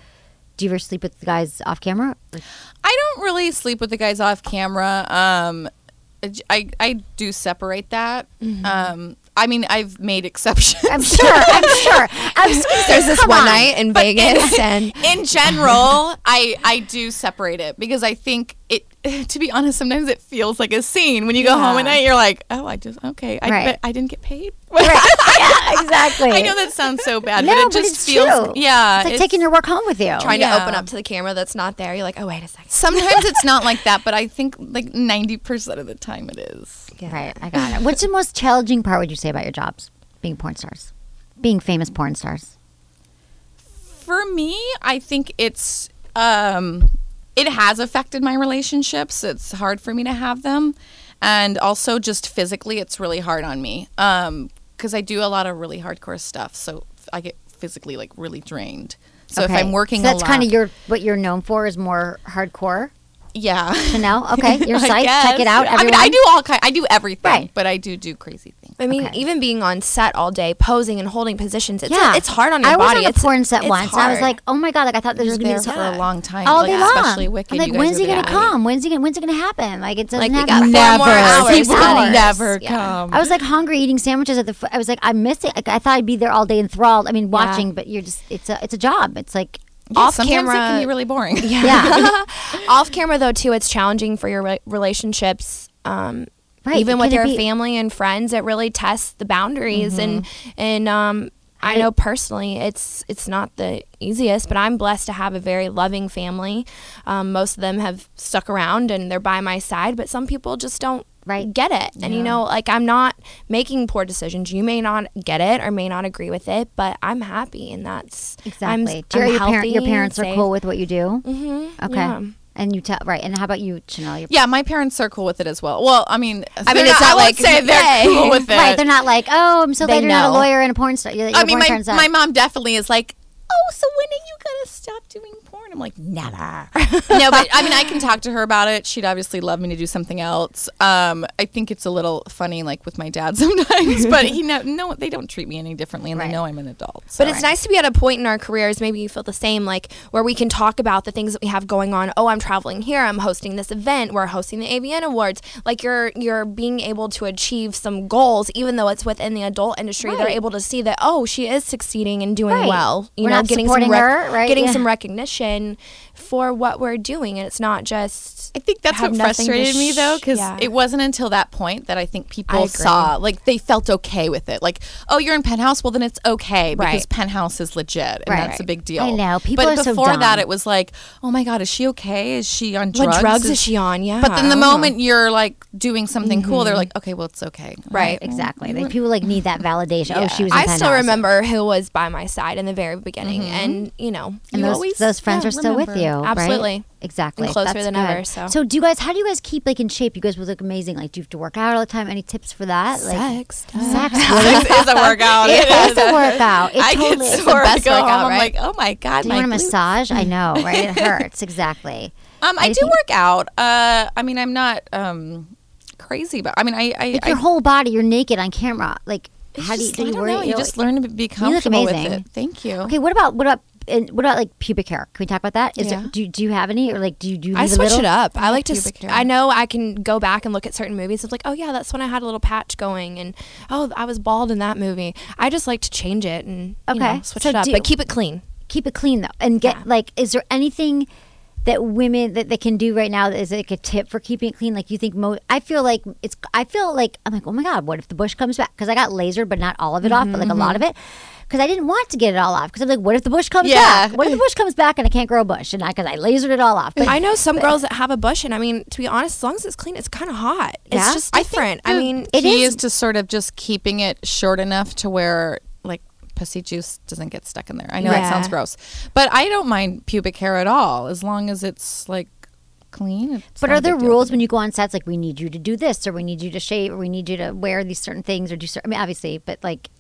A: do you ever sleep with the guys off camera? Like,
C: I don't really sleep with the guys off camera. Um, I, I do separate that. Um, I mean, I've made exceptions. I'm
A: sure. Mm-hmm. I'm sure. I'm
D: There's this one night in Vegas, and
C: in general, I I do separate it because I think it. To be honest, sometimes it feels like a scene when you go home at
D: Yeah.
C: night. You're like, oh, I just okay. I
A: Right.
C: bet I didn't get paid.
A: yeah, exactly.
C: I know that sounds so bad,
A: no,
C: but it just
A: it's
C: feels
A: true.
C: yeah.
A: it's like taking your work home with you.
D: uh, trying
C: Yeah.
D: to open up to the camera that's not there. You're like, oh wait a second.
C: Sometimes it's not like that, but I think like ninety percent of the time it is.
A: Right, I got it. What's the most challenging part? Would you say about your jobs, being porn stars, being famous porn stars?
C: for me, I think it's um, it has affected my relationships. It's hard for me to have them, and also just physically, it's really hard on me because I do a lot of really hardcore stuff. So I get physically like really drained. So if
A: Okay.
C: I'm working,
A: so that's
C: a lot,
A: kind of your what you're known for is more hardcore.
C: yeah.
A: Chanel, okay, your
C: I
A: site, check it
C: guess.
A: out. Everyone.
C: I mean, I do all kind. I do everything,
A: Right.
C: but I do do crazy things.
D: I mean, even being on set all day, posing and holding positions, it's,
A: Yeah.
D: it's hard on your
A: I
D: body.
A: was on a
D: it's,
A: porn set
D: it's
A: once, and I was
D: hard.
A: like, oh my god, like I thought this was
C: You're
A: gonna be
C: there
A: this
C: for a long time,
A: all
C: like,
A: day long.
C: especially Wicked.
A: I'm like,
C: you guys
A: when's
C: are
A: he gonna
C: bad.
A: come? When's he gonna when's it gonna happen? Like it doesn't
D: Like, we
A: happen.
D: got four Never. more hours.
A: Six
D: People
A: hours.
C: never
D: Yeah.
C: come.
A: I was like hungry, eating sandwiches at the. F- I was like, I missed it. Like, I thought I'd be there all day enthralled. I mean, watching, but you're just it's a it's a job. It's like
C: Yeah,
D: off
C: sometimes it can
D: camera-
C: be really boring.
A: yeah,
D: off camera though too it's challenging for your re- relationships um
A: Right,
D: even with
A: can
D: your
A: it be-
D: family and friends it really tests the boundaries
A: Mm-hmm.
D: and and um I know personally it's it's not the easiest, but I'm blessed to have a very loving family. Um, most of them have stuck around and they're by my side, but some people just don't
A: Right.
D: get it. And you know, like I'm not making poor decisions. You may not get it or may not agree with it, but I'm happy and that's I'm-
A: exactly.
D: I'm,
A: Do your, parent, your
D: healthy,
A: parents are
D: safe.
A: cool with what you do.
D: Mhm,
A: Okay,
D: yeah.
A: and you tell right. And how about you, Chanel? Your
C: Yeah, my parents are cool with it as well. Well, I mean, I
D: mean, it's not
C: I
D: like,
C: would say they're
D: hey.
C: cool with it.
A: Right, they're not like, oh, I'm so
C: They
A: glad you're not a
C: know.
A: lawyer and a porn star. You're,
C: I mean, my,
A: porn star.
C: my mom definitely is like, oh, so when are you gonna stop doing porn? I'm like, never. no, but I mean, I can talk to her about it. She'd obviously love me to do something else. Um, I think it's a little funny, like with my dad sometimes, but he no, no, they don't treat me any differently, and
A: Right.
C: they know I'm an adult. So.
D: But it's nice to be at a point in our careers, maybe you feel the same, like where we can talk about the things that we have going on. Oh, I'm traveling here. I'm hosting this event. We're hosting the AVN Awards. Like you're you're being able to achieve some goals, even though it's within the adult industry. They're
A: Right.
D: able to see that oh, she is succeeding and doing
A: Right.
D: well. You
A: We're
D: know,
A: not
D: getting
A: supporting
D: some rec-
A: her, right?
D: getting
A: Yeah.
D: some recognition for what we're doing, and it's not just.
C: I think that's
D: have
C: what
D: nothing to
C: frustrated me though,
D: sh-
C: because
D: yeah.
C: it wasn't until that point that I think people
D: agree.
C: saw, like, they felt okay with it. Like, oh, you're in Penthouse, well, then it's okay because
D: Right.
C: Penthouse is legit, and
A: Right.
C: that's a big deal.
A: I know. People
C: but
A: are so
C: before that,
A: dumb.
C: it was like, oh my God, is she okay? Is she on drugs?
D: What drugs is she on? Yeah.
C: But then the
D: I don't know.
C: moment you're like doing something cool, they're like, okay, well, it's okay.
D: Right.
A: exactly.
D: Mm-hmm.
A: Like people like need that validation. Oh, she was. in
D: I still
A: Penthouse.
D: remember who was by my side in the very beginning, and you know,
A: Mm-hmm. And
D: you
A: those,
D: always-
A: those friends
D: yeah,
A: are still with you.
D: remember.
A: right?
D: Absolutely.
A: Exactly.
D: And closer
A: That's
D: than
A: good.
D: ever, so.
A: do you guys? How do you guys keep like in shape? You guys would look amazing. Like, do you have to work out all the time? Any tips for that? Like,
D: Sex.
A: sex. Sex
C: It's a workout.
A: It is a workout. It
C: I get
A: totally
C: so
A: is.
C: the best
D: best
C: workout.
D: workout,
C: I'm
D: right?
C: like, oh my God,
A: Do you
C: my
A: want a
C: glutes.
A: massage? I know, right? It hurts. Exactly.
C: Um, I
A: I
C: do
A: think-
C: work out. Uh, I mean, I'm not um crazy, but I mean, I I,
A: Like your
C: I-
A: whole body, you're naked on camera. Like,
C: it's
A: how do you
C: just-
A: do?
C: I
A: You
C: don't
A: worry?
C: know. You
A: You're
C: just
A: like-
C: learn to be
A: look
C: comfortable with
A: amazing.
C: it. Thank you.
A: Okay, what about what about and what about like pubic hair? Can we talk about that? Is
C: Yeah.
A: there, do do you have any or like do you do you
D: I
A: leave a
D: switch
A: little?
D: it up. I like to.
C: pubic
D: s-
C: hair.
D: I know I can go back and look at certain movies. It's like, oh yeah, that's when I had a little patch going, and oh, I was bald in that movie. I just like to change it and you know,
A: Okay.
D: switch
A: So
D: it up,
A: do-
D: but keep it clean.
A: keep it clean though and get like is there anything that women that they can do right now that is like a tip for keeping it clean like you think mo i feel like it's i feel like i'm like oh my god what if the bush comes back because i got lasered but not all of it off but like a lot of it because i didn't want to get it all off because i'm like what if the bush comes
C: Mm-hmm. Yeah.
A: back what if the bush comes back and i can't grow a bush and i because i lasered it all off but
D: I know some girls that have a bush, and I mean, to be honest, as long as it's clean, it's kind of hot.
A: Yeah?
D: It's just different. I,
C: The
D: mean,
C: key
A: is-
C: is to sort of just keeping it short enough to where like pussy juice doesn't get stuck in there. I know that
D: Yeah.
C: sounds gross, but I don't mind pubic hair at all as long as it's like clean. It's
A: but
C: not a
A: are there
C: big deal
A: rules
C: to me.
A: when you go on sets like we need you to do this or we need you to shave or we need you to wear these certain things or do certain i mean obviously but like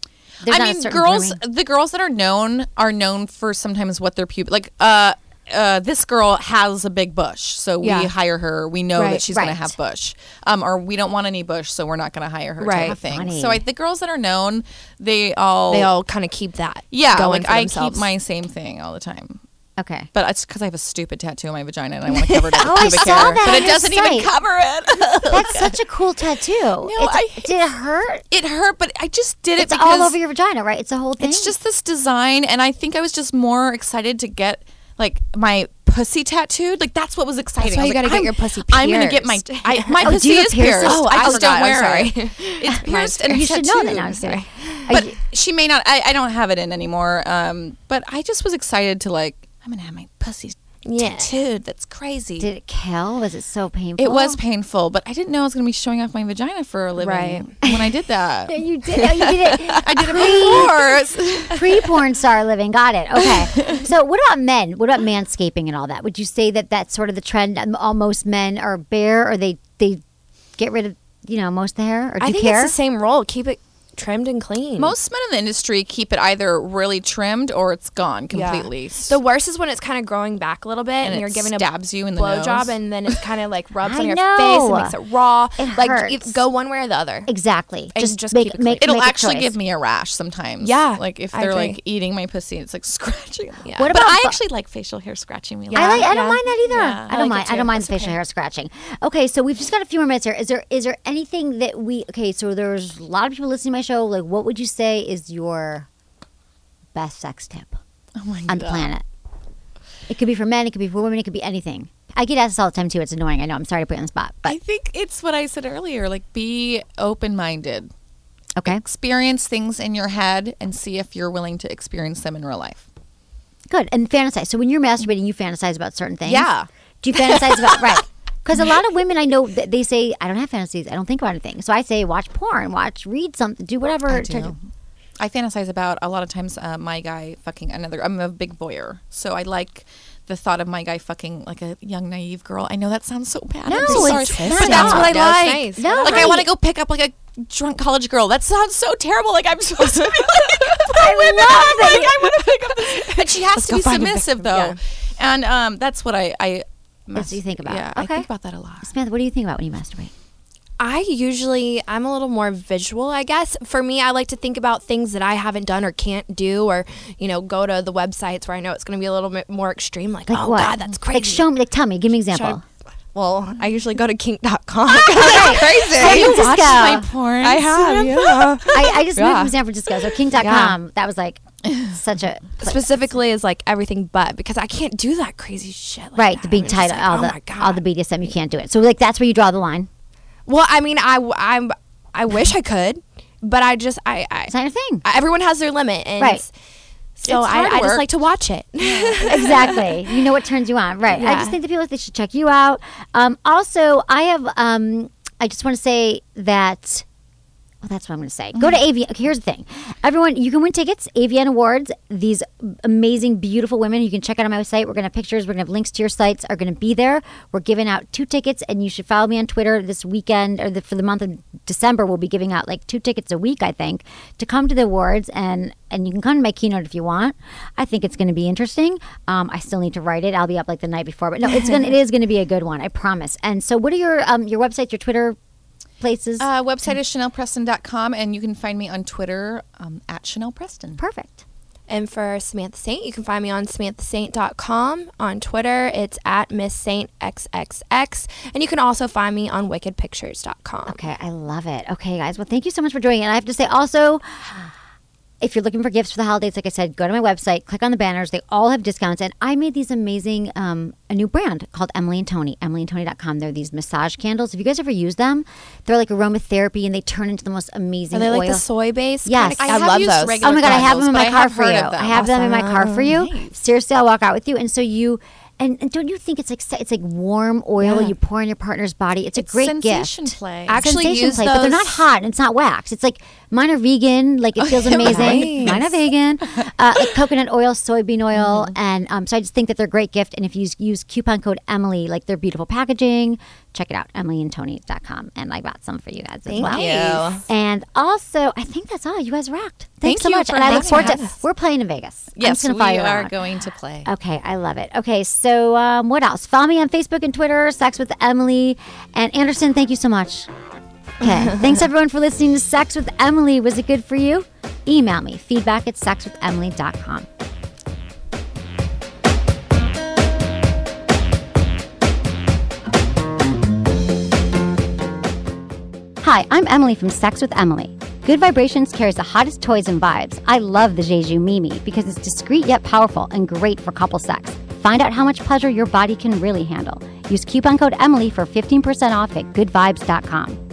A: There's
C: I
A: not a
C: mean,
A: certain
C: girls.
A: grooming.
C: The girls that are known are known for sometimes what their pubic. Like, uh, uh, this girl has a big bush, so we
D: Yeah.
C: hire her. We know
D: Right,
C: that she's
D: right.
C: going to have bush, um, or we don't want any bush, so we're not going to hire her. Type
D: Right.
C: of thing.
D: Funny.
C: So I, the girls that are known, they all
D: They all kind of keep that.
C: yeah.
D: going
C: like
D: for
C: I
D: themselves.
C: keep my same thing all the time.
A: Okay.
C: But it's because I have a stupid tattoo on my vagina and I want to cover it up
A: Oh,
C: with
A: I
C: pubic
A: saw
C: hair.
A: that
C: But
A: on
C: it
A: your
C: doesn't even
A: site.
C: cover it.
A: That's such a cool tattoo. No,
C: I-
A: did it hurt?
C: It hurt, but I just did it
A: It's all
C: because-
A: over your vagina, right? It's a whole thing.
C: It's just this design, and I think I was just more excited to get like my pussy tattooed. Like that's what was exciting.
D: why
C: I was like,
D: you gotta get
C: I'm-
D: your pussy
C: I'm gonna get my
D: pierced.
C: I, my
A: Oh, do
C: pussy
A: you have
C: is pierced.
A: piercings? Oh,
C: I
A: I
C: just
A: forgot.
C: don't
A: I'm
C: wear
A: sorry.
C: it. It's pierced and
A: You should know that
C: tattooed.
A: now, Sarah.
C: But she may not. I, I don't have it in anymore. Um, but I just was excited to like. I'm gonna have my pussy
A: Yeah.
C: tattooed. That's crazy.
A: Did Oh. it kill? Was it so painful?
C: It was painful, but I didn't know I was going to be showing off my vagina for a living
A: Right.
C: when I did that.
A: Yeah, you did. Oh, you did it.
C: I did it
A: before. Pre-porn star living. Got it. Okay. So, what about men? What about manscaping and all that? Would you say that that's sort of the trend? Um, All most men are bare, or they they get rid of you know most of the hair, or do
D: I
A: you
D: think
A: care?
D: it's the same role. Keep it trimmed and clean.
C: Most men in the industry keep it either really trimmed or it's gone
D: Yeah.
C: completely.
D: The worst is when it's kind of growing back a little bit, and,
C: And it
D: you're giving a
C: stabs you in the
D: blow job,
C: nose.
D: and then it kind of like rubs
A: I
D: on your
A: know.
D: face and makes it raw.
A: It
D: like
A: hurts.
D: if- go one way or the other.
A: exactly.
D: And
A: Just,
D: just
A: make,
D: keep it
A: make
D: clean.
C: It'll
A: make a
C: actually
A: choice.
C: give me a rash sometimes.
D: Yeah,
C: Like if
D: I
C: they're
D: agree.
C: like eating my pussy, it's like scratching. Yeah.
A: What
C: but
A: about
C: I
A: bu-
C: actually like facial hair scratching me.
A: I
C: like,
A: like. I don't
D: yeah.
A: mind that either.
C: Yeah,
A: I
C: I
A: don't
C: like it
A: mind. I
C: too.
A: don't mind the
C: That's
A: facial
C: okay.
A: hair scratching. Okay, so we've just got a few more minutes here. Is there is there anything that we? Okay, so there's a lot of people listening to my show. Like, what would you say is your best sex tip
C: Oh my god.
A: on the planet? It could be for men. It could be for women. It could be anything. I get asked this all the time too. It's annoying. I know. I'm sorry to put you on the spot, but
C: I think it's what I said earlier. Like be open minded.
A: okay,
C: Experience things in your head and see if you're willing to experience them in real life.
A: good. And fantasize. So when you're masturbating, you fantasize about certain things.
C: Yeah.
A: Do you fantasize about right? Because a lot of women I know th- they say I don't have fantasies. I don't think about anything. So I say watch porn, watch, read something, do whatever.
C: I
A: to-
C: do. I fantasize about a lot of times uh, my guy fucking another. I'm a big voyeur, so I like the thought of my guy fucking like a young naive girl. I know that sounds so bad.
A: No,
C: I'm so sorry,
A: it's
C: but
A: not.
C: that's what I
D: No, it's
C: like.
D: nice. No,
C: like I want
A: right.
C: to go pick up like a drunk college girl. That sounds so terrible. Like I'm supposed to be like,
A: I love it.
C: like I want to pick up this, and she has to
D: go
C: be
D: find a
C: submissive
D: victim,
C: though.
D: yeah.
C: And um, that's what I I.
A: That's what you think about.
C: Yeah, I
A: Okay.
C: think about that a lot.
A: Samantha, what do you think about when you masturbate?
D: I usually I'm a little more visual, I guess. For me, I like to think about things that I haven't done or can't do, or you know, go to the websites where I know it's going to be a little bit more extreme. Like,
A: Like
D: oh
A: what?
D: god, that's crazy.
A: Like show me, like tell me, give me an
D: Should I-
A: example.
D: well, I usually go to kink.com. that's crazy.
A: San Francisco.
C: my porn?
D: I have, yeah.
A: I, I just moved
D: Yeah.
A: from San Francisco, so King.com. com. That was like such a
D: Specifically, is like everything but because I can't do that crazy shit. Like
A: right.
D: that.
A: The big
D: I'm just
A: title,
D: like,
A: all
D: oh my
A: the
D: god.
A: all the BDSM, you can't do it. So like that's where you draw the line.
D: well, I mean, I I'm I wish I could, but I just I I
A: It's not your thing.
D: everyone has their limit, and
A: Right.
D: so
C: It's hard
D: I, I
C: work.
D: just like to watch it.
A: exactly. You know what turns you on, right? I just
D: Yeah.
A: think the people they should check you out. Um, also, I have. Um, I just want to say that. Well, that's what I'm going to say. Go to AVN. Okay, here's the thing. Everyone, you can win tickets, AVN Awards, these amazing, beautiful women. You can check out on my site. We're going to have pictures. We're going to have links to your sites are going to be there. We're giving out two tickets, and you should follow me on Twitter this weekend or the, for the month of December. We'll be giving out like two tickets a week, I think, to come to the awards. And, and you can come to my keynote if you want. I think it's going to be interesting. Um, I still need to write it. I'll be up like the night before. But no, it's gonna, it is going to be a good one, I promise. And so, what are your, um, your websites, your Twitter places?
C: Uh, website is chanelpreston.com, and you can find me on Twitter um, at Chanel Preston.
A: Perfect.
D: And for Samantha Saint, you can find me on samanthasaint.com. On Twitter, it's at Miss Saint XXX. And you can also find me on wickedpictures.com.
A: Okay, I love it. Okay, guys. Well, thank you so much for joining. it. And I have to say also, if you're looking for gifts for the holidays, like I said, go to my website, click on the banners. They all have discounts. And I made these amazing, um, a new brand called Emily and Tony, emilyandtony.com. They're these massage candles. If you guys ever use them, they're like aromatherapy and they turn into the most amazing
D: Are they like
A: oil.
D: the soy base?
A: Yes.
D: kind
A: I
D: of-
C: have
D: I, love
C: used
D: those.
C: regular-
A: Oh my god, I have
C: candles,
A: them in
C: but
A: my
C: I
A: car
C: have
A: for you.
C: heard of them.
A: I have them in my car for you. Seriously, I'll walk out with you. And so you, and, and don't you think it's like se- it's like warm oil you pour in your partner's body? It's, a great
C: Sensation
A: gift.
C: play.
D: Actually
A: Sensation
D: use
A: play, but they're not
D: those-
A: hot and it's not wax. It's like Mine are vegan. Like
H: Oh,
A: it feels amazing. Mine are vegan. Uh, like coconut oil, soybean
H: Mm-hmm.
A: oil, and um, so I just think that they're a great gift. And if you use, use coupon code Emily, like they're beautiful packaging. Check it out, emilyandtony.com. And I bought some for you guys as
H: Thank
A: well.
H: you.
A: And also, I think that's all. You guys rocked.
H: Thank
A: Thanks so
H: you
A: much.
H: for
A: and I look
H: having
A: forward to.
H: us.
A: We're playing in Vegas. I'm
H: Yes,
A: just gonna
H: we
A: fly you
H: are
A: around.
H: going to play.
A: Okay, I love it. Okay, so um, what else? Follow me on Facebook and Twitter, Sex with Emily. And Anderson, thank you so much. Okay, thanks everyone for listening to Sex with Emily. Was it good for you? Email me, feedback at sexwithemily.com. Hi, I'm Emily from Sex with Emily. Good Vibrations carries the hottest toys and vibes. I love the Jeju Mimi because it's discreet yet powerful and great for couple sex. Find out how much pleasure your body can really handle. Use coupon code EMILY for 15% off at goodvibes.com.